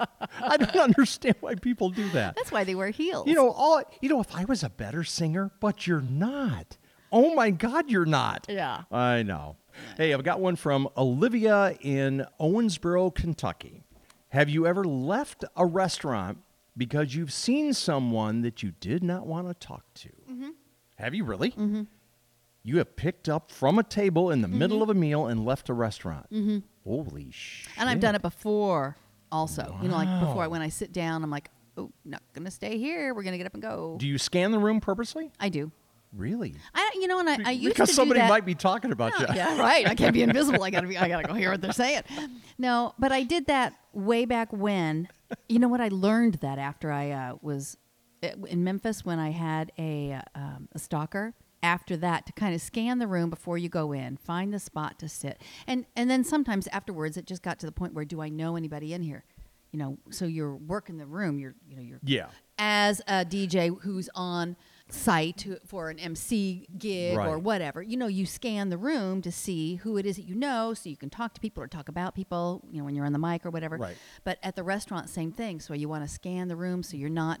Speaker 3: I don't understand why people do that.
Speaker 2: That's why they wear heels.
Speaker 3: You know, all you know, if I was a better singer, but you're not. Oh my God, you're not.
Speaker 2: Yeah.
Speaker 3: I know. Hey, I've got one from Olivia in Owensboro, Kentucky. Have you ever left a restaurant because you've seen someone that you did not want to talk to?
Speaker 2: Mm-hmm.
Speaker 3: Have you really? Mm-hmm. You have picked up from a table
Speaker 2: Mm-hmm.
Speaker 3: in the middle of a meal and left a restaurant. Mm-hmm. Holy shit.
Speaker 2: and I've done it before, also. You know, like before I,
Speaker 3: Wow.
Speaker 2: when I sit down, I'm like, oh, not gonna stay here. We're gonna get up and go.
Speaker 3: Do you scan the room purposely?
Speaker 2: I do.
Speaker 3: Really?
Speaker 2: I you know, and I, I used
Speaker 3: because
Speaker 2: to do
Speaker 3: somebody
Speaker 2: that.
Speaker 3: might be talking about you.
Speaker 2: Yeah, yeah, right. I can't be invisible. I gotta be. I gotta go hear what they're saying. No, but I did that way back when. You know what? I learned that after I uh, was in Memphis when I had a uh, um, a stalker. After that, to kind of scan the room before you go in, find the spot to sit, and and then sometimes afterwards, it just got to the point where do I know anybody in here? You know, so you're working the room. You're you know you're
Speaker 3: Yeah.
Speaker 2: as a DJ who's on site who- for an MC gig or
Speaker 3: Right.
Speaker 2: whatever. You know, you scan the room to see who it is that you know so you can talk to people or talk about people, you know, when you're on the mic or whatever.
Speaker 3: Right.
Speaker 2: But at the restaurant, same thing. So you want to scan the room so you're not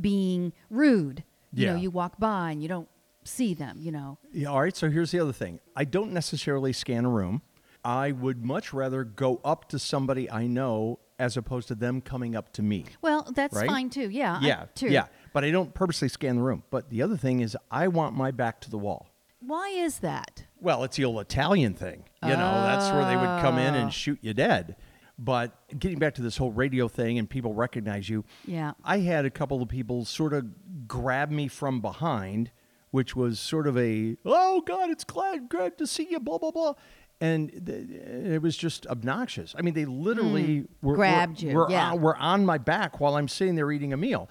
Speaker 2: being rude. You know,
Speaker 3: Yeah.
Speaker 2: you walk by and you don't see them, you know.
Speaker 3: Yeah, all right. So here's the other thing. I don't necessarily scan a room. I would much rather go up to somebody I know as opposed to them coming up to me.
Speaker 2: Well, that's
Speaker 3: Right?
Speaker 2: fine too. Yeah. Uh, I-
Speaker 3: yeah.
Speaker 2: too.
Speaker 3: Yeah. But I don't purposely scan the room. But the other thing is, I want my back to the wall.
Speaker 2: Why is that?
Speaker 3: Well, it's the old Italian thing. You know, that's where they would come
Speaker 2: Ah.
Speaker 3: in and shoot you dead. But getting back to this whole radio thing and people recognize you.
Speaker 2: Yeah.
Speaker 3: I had a couple of people sort of grab me from behind, which was sort of a, oh, God, it's glad, glad to see you, blah, blah, blah. And th- it was just obnoxious. I mean, they literally were,
Speaker 2: Hmm. Grabbed
Speaker 3: were,
Speaker 2: you,
Speaker 3: Were,
Speaker 2: yeah.
Speaker 3: on, were on my back while I'm sitting there eating a meal.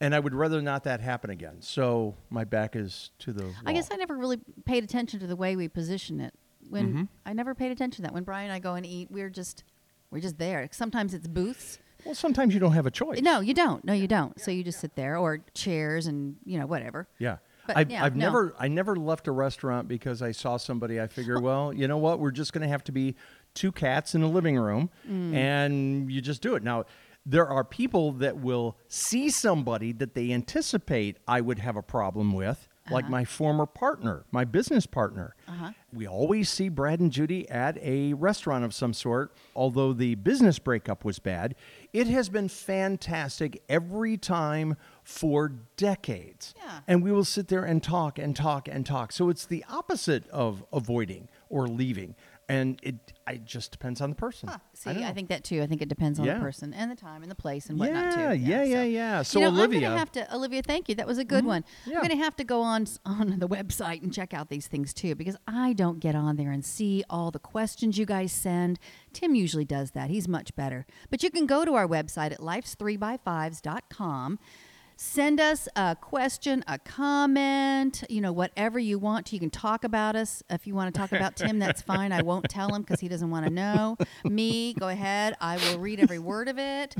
Speaker 3: And I would rather not that happen again. So my back is to the. Wall.
Speaker 2: I guess I never really paid attention to the way we position it. When
Speaker 3: Mm-hmm.
Speaker 2: I never paid attention to that when Brian and I go and eat, we're just we're just there. Sometimes it's booths.
Speaker 3: Well, sometimes you don't have a choice.
Speaker 2: No, you don't. No, you don't. So you just sit there or chairs and you know whatever.
Speaker 3: Yeah.
Speaker 2: But,
Speaker 3: I've,
Speaker 2: yeah,
Speaker 3: I've
Speaker 2: no.
Speaker 3: never I never left a restaurant because I saw somebody. I figure, well, you know what? We're just going to have to be two cats in a living room,
Speaker 2: Mm.
Speaker 3: and you just do it. Now, there are people that will see somebody that they anticipate I would have a problem with, like
Speaker 2: Uh-huh.
Speaker 3: my former partner, my business partner. We always see Brad and Judy at a restaurant of some sort. Although the business breakup was bad, it has been fantastic every time for decades.
Speaker 2: Yeah.
Speaker 3: And we will sit there and talk and talk and talk. So it's the opposite of avoiding or leaving. And it, it just depends on the person.
Speaker 2: Ah, See,
Speaker 3: don't
Speaker 2: I,
Speaker 3: know.
Speaker 2: think that too. I think it depends on the
Speaker 3: Yeah.
Speaker 2: person and the time and the place and whatnot
Speaker 3: Yeah,
Speaker 2: too.
Speaker 3: yeah, yeah, yeah. So
Speaker 2: you know, I'm
Speaker 3: Olivia,
Speaker 2: gonna have to Olivia. Thank you. That was a good one.
Speaker 3: Yeah.
Speaker 2: I'm gonna have to go on s- on the website and check out these things too because I don't get on there and see all the questions you guys send. Tim usually does that. He's much better. But you can go to our website at lifes3by5s.com. Send us a question, a comment, you know, whatever you want to. You can talk about us. If you want to talk about Tim, that's fine. I won't tell him because he doesn't want to know. Me, go ahead. I will read every word of it.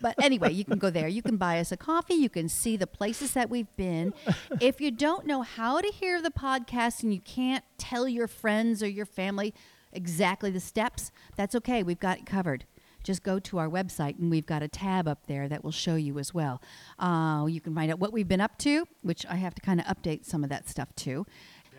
Speaker 2: But anyway, you can go there. You can buy us a coffee. You can see the places that we've been. If you don't know how to hear the podcast and you can't tell your friends or your family exactly the steps, that's okay. We've got it covered just go to our website and we've got a tab up there that will show you as well. Uh, you can find out what we've been up to, which I have to kind of update some of that stuff too.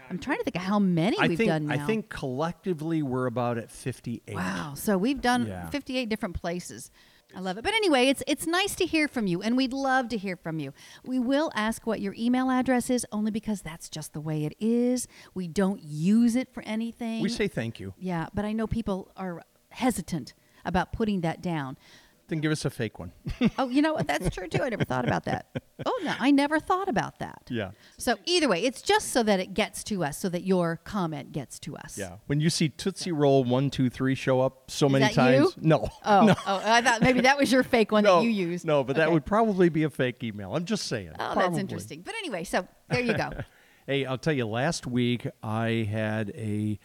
Speaker 2: I'm trying to think of how many
Speaker 3: I
Speaker 2: we've
Speaker 3: think
Speaker 2: done now.
Speaker 3: I think collectively we're about at fifty-eight.
Speaker 2: Wow. So we've done
Speaker 3: Yeah.
Speaker 2: 58 different places. I love it. But anyway, it's it's nice to hear from you and we'd love to hear from you. We will ask what your email address is only because that's just the way it is. We don't use it for anything.
Speaker 3: We say thank you.
Speaker 2: Yeah, but I know people are hesitant about putting that down.
Speaker 3: Then give us a fake one.
Speaker 2: Oh, you know what? That's true too. I never thought about that. Oh no, I never thought about that.
Speaker 3: Yeah.
Speaker 2: So either way, it's just so that it gets to us, so that your comment gets to us.
Speaker 3: Yeah. When you see Tootsie Roll one two three show up so many
Speaker 2: that
Speaker 3: times,
Speaker 2: you?
Speaker 3: no,
Speaker 2: Oh,
Speaker 3: no,
Speaker 2: oh, I thought maybe that was your fake one
Speaker 3: no,
Speaker 2: that you used.
Speaker 3: no, but that
Speaker 2: Okay.
Speaker 3: would probably be a fake email. I'm just saying.
Speaker 2: Oh, that's
Speaker 3: Probably.
Speaker 2: interesting. But anyway, so there you go.
Speaker 3: Hey, I'll tell you. Last week I had a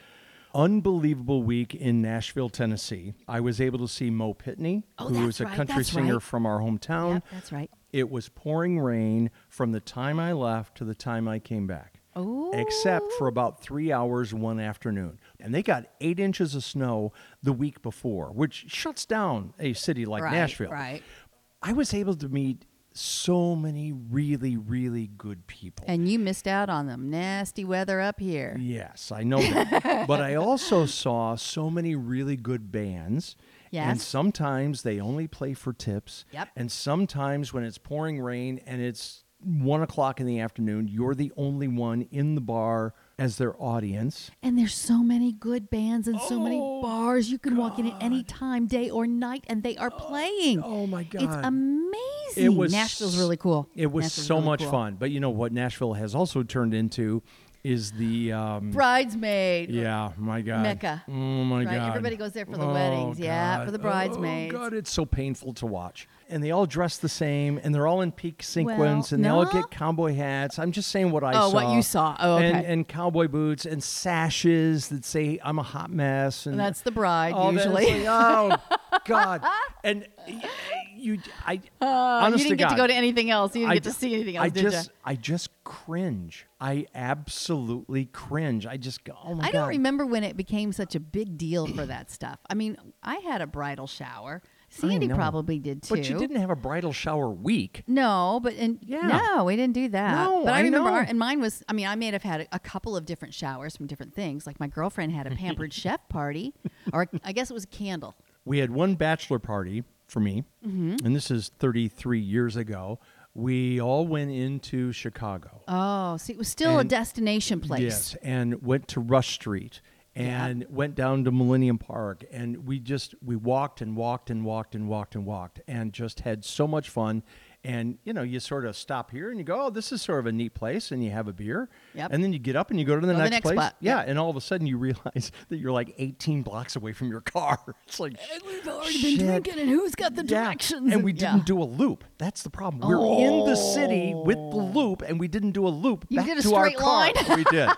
Speaker 3: unbelievable week in Nashville, Tennessee. I was able to see Mo Pitney,
Speaker 2: Oh,
Speaker 3: who
Speaker 2: that's
Speaker 3: is a
Speaker 2: right,
Speaker 3: country
Speaker 2: that's
Speaker 3: singer
Speaker 2: right.
Speaker 3: from our hometown.
Speaker 2: yep, that's right.
Speaker 3: It was pouring rain from the time I left to the time I came back.
Speaker 2: Ooh.
Speaker 3: Except
Speaker 2: Oh.
Speaker 3: for about three hours one afternoon. And they got eight inches of snow the week before, which shuts down a city like
Speaker 2: Right,
Speaker 3: Nashville.
Speaker 2: right.
Speaker 3: I was able to meet so many really, really good people.
Speaker 2: And you missed out on them. Nasty weather up here.
Speaker 3: Yes, I know that. but I also saw so many really good bands. And
Speaker 2: Yes.
Speaker 3: sometimes they only play for tips.
Speaker 2: Yep.
Speaker 3: And sometimes when it's pouring rain and it's one o'clock in the afternoon, you're the only one in the bar as their audience.
Speaker 2: And there's so many good bands and so many
Speaker 3: Oh,
Speaker 2: bars. You can walk in at any time, day or night, and they are playing.
Speaker 3: oh my
Speaker 2: It's
Speaker 3: God.
Speaker 2: amazing. Nashville's really cool.
Speaker 3: It was
Speaker 2: Nashville's
Speaker 3: so
Speaker 2: really
Speaker 3: much
Speaker 2: cool.
Speaker 3: fun. But you know what Nashville has also turned into is the um,
Speaker 2: Bridesmaid.
Speaker 3: Yeah, my God.
Speaker 2: Mecca,
Speaker 3: Oh my
Speaker 2: right?
Speaker 3: God.
Speaker 2: Everybody goes there for the
Speaker 3: Oh,
Speaker 2: weddings, yeah, for the
Speaker 3: God.
Speaker 2: bridesmaids.
Speaker 3: Oh God, it's so painful to watch. And they all dress the same, and they're all in peak sequence,
Speaker 2: Well,
Speaker 3: and they all
Speaker 2: no.
Speaker 3: get cowboy hats. I'm just saying what I
Speaker 2: Oh,
Speaker 3: saw.
Speaker 2: what you saw. Oh, okay.
Speaker 3: And, and cowboy boots and sashes that say "I'm a hot mess." And,
Speaker 2: And that's the bride
Speaker 3: all Oh, that. It's
Speaker 2: usually.
Speaker 3: like, oh God. And y- you, I
Speaker 2: Oh, you
Speaker 3: honest
Speaker 2: didn't get
Speaker 3: God,
Speaker 2: to go to anything else. You didn't get to
Speaker 3: d-
Speaker 2: see anything else,
Speaker 3: I
Speaker 2: did
Speaker 3: just,
Speaker 2: you?
Speaker 3: I just cringe. I absolutely cringe. I just go, oh my
Speaker 2: I
Speaker 3: God.
Speaker 2: don't remember when it became such a big deal for that stuff. I mean, I had a bridal shower. Sandy
Speaker 3: know.
Speaker 2: probably did too.
Speaker 3: But you didn't have a bridal shower week.
Speaker 2: No, but and
Speaker 3: Yeah.
Speaker 2: no, we didn't do that.
Speaker 3: No,
Speaker 2: but I,
Speaker 3: I
Speaker 2: remember, our,
Speaker 3: know.
Speaker 2: and mine was. I mean, I may have had a, a couple of different showers from different things. Like my girlfriend had a pampered chef party, or I guess it was a candle.
Speaker 3: We had one bachelor party for me, and this is 33 years ago. We all went into Chicago.
Speaker 2: Oh, see, it was still a
Speaker 3: And-
Speaker 2: destination place.
Speaker 3: Yes, and went to Rush Street and went down to Millennium Park and we just we walked and walked and walked and walked and walked and just had so much fun and you know you sort of stop here and you go oh this is sort of a neat place and you have a beer
Speaker 2: Yep.
Speaker 3: and then you get up and you go to
Speaker 2: Go
Speaker 3: the,
Speaker 2: to the
Speaker 3: next,
Speaker 2: next
Speaker 3: place
Speaker 2: spot.
Speaker 3: yeah
Speaker 2: Yep.
Speaker 3: and all of a sudden you realize that you're like 18 blocks away from your car it's like
Speaker 2: We've already been drinking, and who's got the
Speaker 3: yeah,
Speaker 2: directions?
Speaker 3: And we
Speaker 2: yeah.
Speaker 3: didn't do a loop. That's the problem. We We're in the city with the loop, and we didn't do a loop
Speaker 2: Oh. You
Speaker 3: back
Speaker 2: did a
Speaker 3: to
Speaker 2: straight
Speaker 3: our car.
Speaker 2: line.
Speaker 3: we did,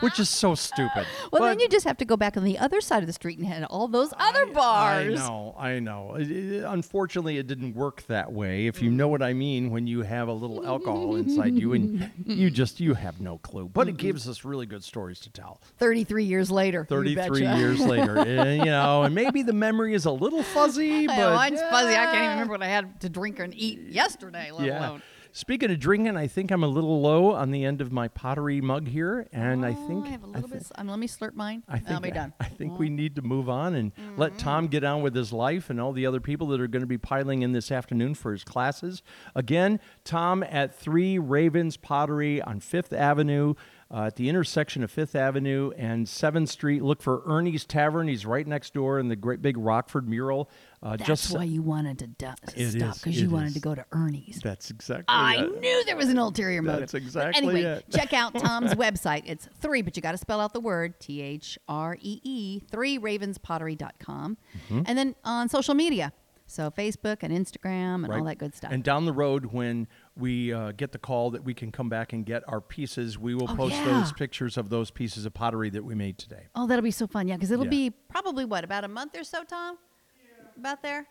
Speaker 3: which is so stupid.
Speaker 2: Well,
Speaker 3: but
Speaker 2: then you just have to go back on the other side of the street and head all those other
Speaker 3: I
Speaker 2: bars.
Speaker 3: know, I know. It- it- unfortunately, it didn't work that way. If you know what I mean, when you have a little alcohol inside you, and you just you have no clue. But it gives us really good stories to tell.
Speaker 2: 33 years later. you
Speaker 3: 33
Speaker 2: betcha.
Speaker 3: years later, and, you know, and maybe the memory is a little fuzzy, but
Speaker 2: I know, mine's fuzzy. I can't even
Speaker 3: yeah.
Speaker 2: remember what I had to drink and eat yesterday, let alone.
Speaker 3: Speaking of drinking, I think I'm a little low on the end of my pottery mug here, and I
Speaker 2: Oh,
Speaker 3: think
Speaker 2: I have a little bit. Um, let me slurp mine.
Speaker 3: I think
Speaker 2: I'll be done. Mm. Mm-hmm.
Speaker 3: I think we need to move on and let Tom get on with his life and all the other people that are going to be piling in this afternoon for his classes. Again, Tom at Three Ravens Pottery on Fifth Avenue. Uh, at the intersection of Fifth Avenue and Seventh Street, look for Ernie's Tavern. He's right next door in the great big Rockford mural. Uh,
Speaker 2: That's
Speaker 3: just
Speaker 2: why you wanted to, do- to
Speaker 3: It
Speaker 2: stop
Speaker 3: is,
Speaker 2: because you
Speaker 3: it
Speaker 2: wanted
Speaker 3: is.
Speaker 2: to go to Ernie's.
Speaker 3: that's exactly.
Speaker 2: I
Speaker 3: it.
Speaker 2: knew there was an ulterior motive.
Speaker 3: That's
Speaker 2: But
Speaker 3: exactly
Speaker 2: anyway,
Speaker 3: it.
Speaker 2: check out Tom's website. It's three, but you got to spell out the word T H R E E, three ravenspottery.com.
Speaker 3: Mm-hmm.
Speaker 2: And then on social media. So Facebook and Instagram and all
Speaker 3: Right.
Speaker 2: that good stuff.
Speaker 3: And down the road, when we uh, get the call that we can come back and get our pieces, we will
Speaker 2: Oh,
Speaker 3: post
Speaker 2: yeah.
Speaker 3: those pictures of those pieces of pottery that we made today.
Speaker 2: oh, that'll be so fun. Yeah, because it'll
Speaker 3: Yeah.
Speaker 2: be probably what, about a month or so, Tom? About there?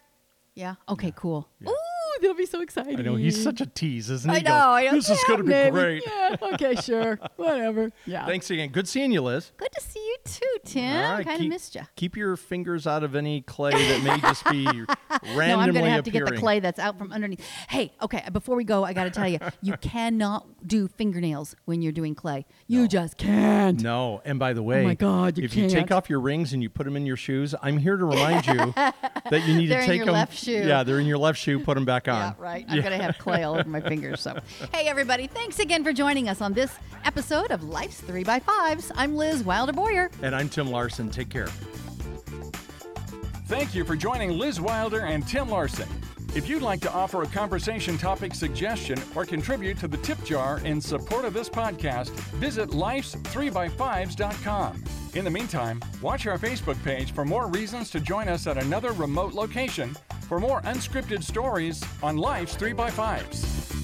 Speaker 2: Yeah. Okay, cool. Ooh, that'll be so exciting.
Speaker 3: I know he's such a tease, isn't
Speaker 2: Mm. I
Speaker 3: he? He
Speaker 2: know.
Speaker 3: goes,
Speaker 2: I know.
Speaker 3: This is
Speaker 2: Yeah,
Speaker 3: going to be
Speaker 2: maybe.
Speaker 3: great.
Speaker 2: Yeah. Okay, sure. Whatever. Yeah.
Speaker 3: Thanks again. Good seeing you, Liz.
Speaker 2: Good to see you too, Tim.
Speaker 3: All right,
Speaker 2: kind of
Speaker 3: keep-
Speaker 2: missed you.
Speaker 3: Keep your fingers out of any clay that may just be randomly
Speaker 2: No, I'm gonna have
Speaker 3: appearing.
Speaker 2: to get the clay that's out from underneath. Hey, okay, before we go, I got to tell you, you cannot do fingernails when you're doing clay. You just can't.
Speaker 3: No, and by the way,
Speaker 2: Oh my God, you
Speaker 3: if you take
Speaker 2: can't.
Speaker 3: off your rings and you put them in your shoes, I'm here to remind you that you need
Speaker 2: They're
Speaker 3: to
Speaker 2: in
Speaker 3: take
Speaker 2: your
Speaker 3: them.
Speaker 2: left shoe.
Speaker 3: Yeah, they're in your left shoe. Put them back on.
Speaker 2: Yeah, right. I'm going to have clay all over my fingers. So, hey, everybody, thanks again for joining us on this episode of Life's 3 by 5s I'm Liz Wilder Boyer.
Speaker 3: And I'm Tim Larson. Take care.
Speaker 1: Thank you for joining Liz Wilder and Tim Larson. If you'd like to offer a conversation topic suggestion or contribute to the tip jar in support of this podcast, visit life's3by5s.com. In the meantime, watch our Facebook page for more reasons to join us at another remote location for more unscripted stories on Life's 3x5s.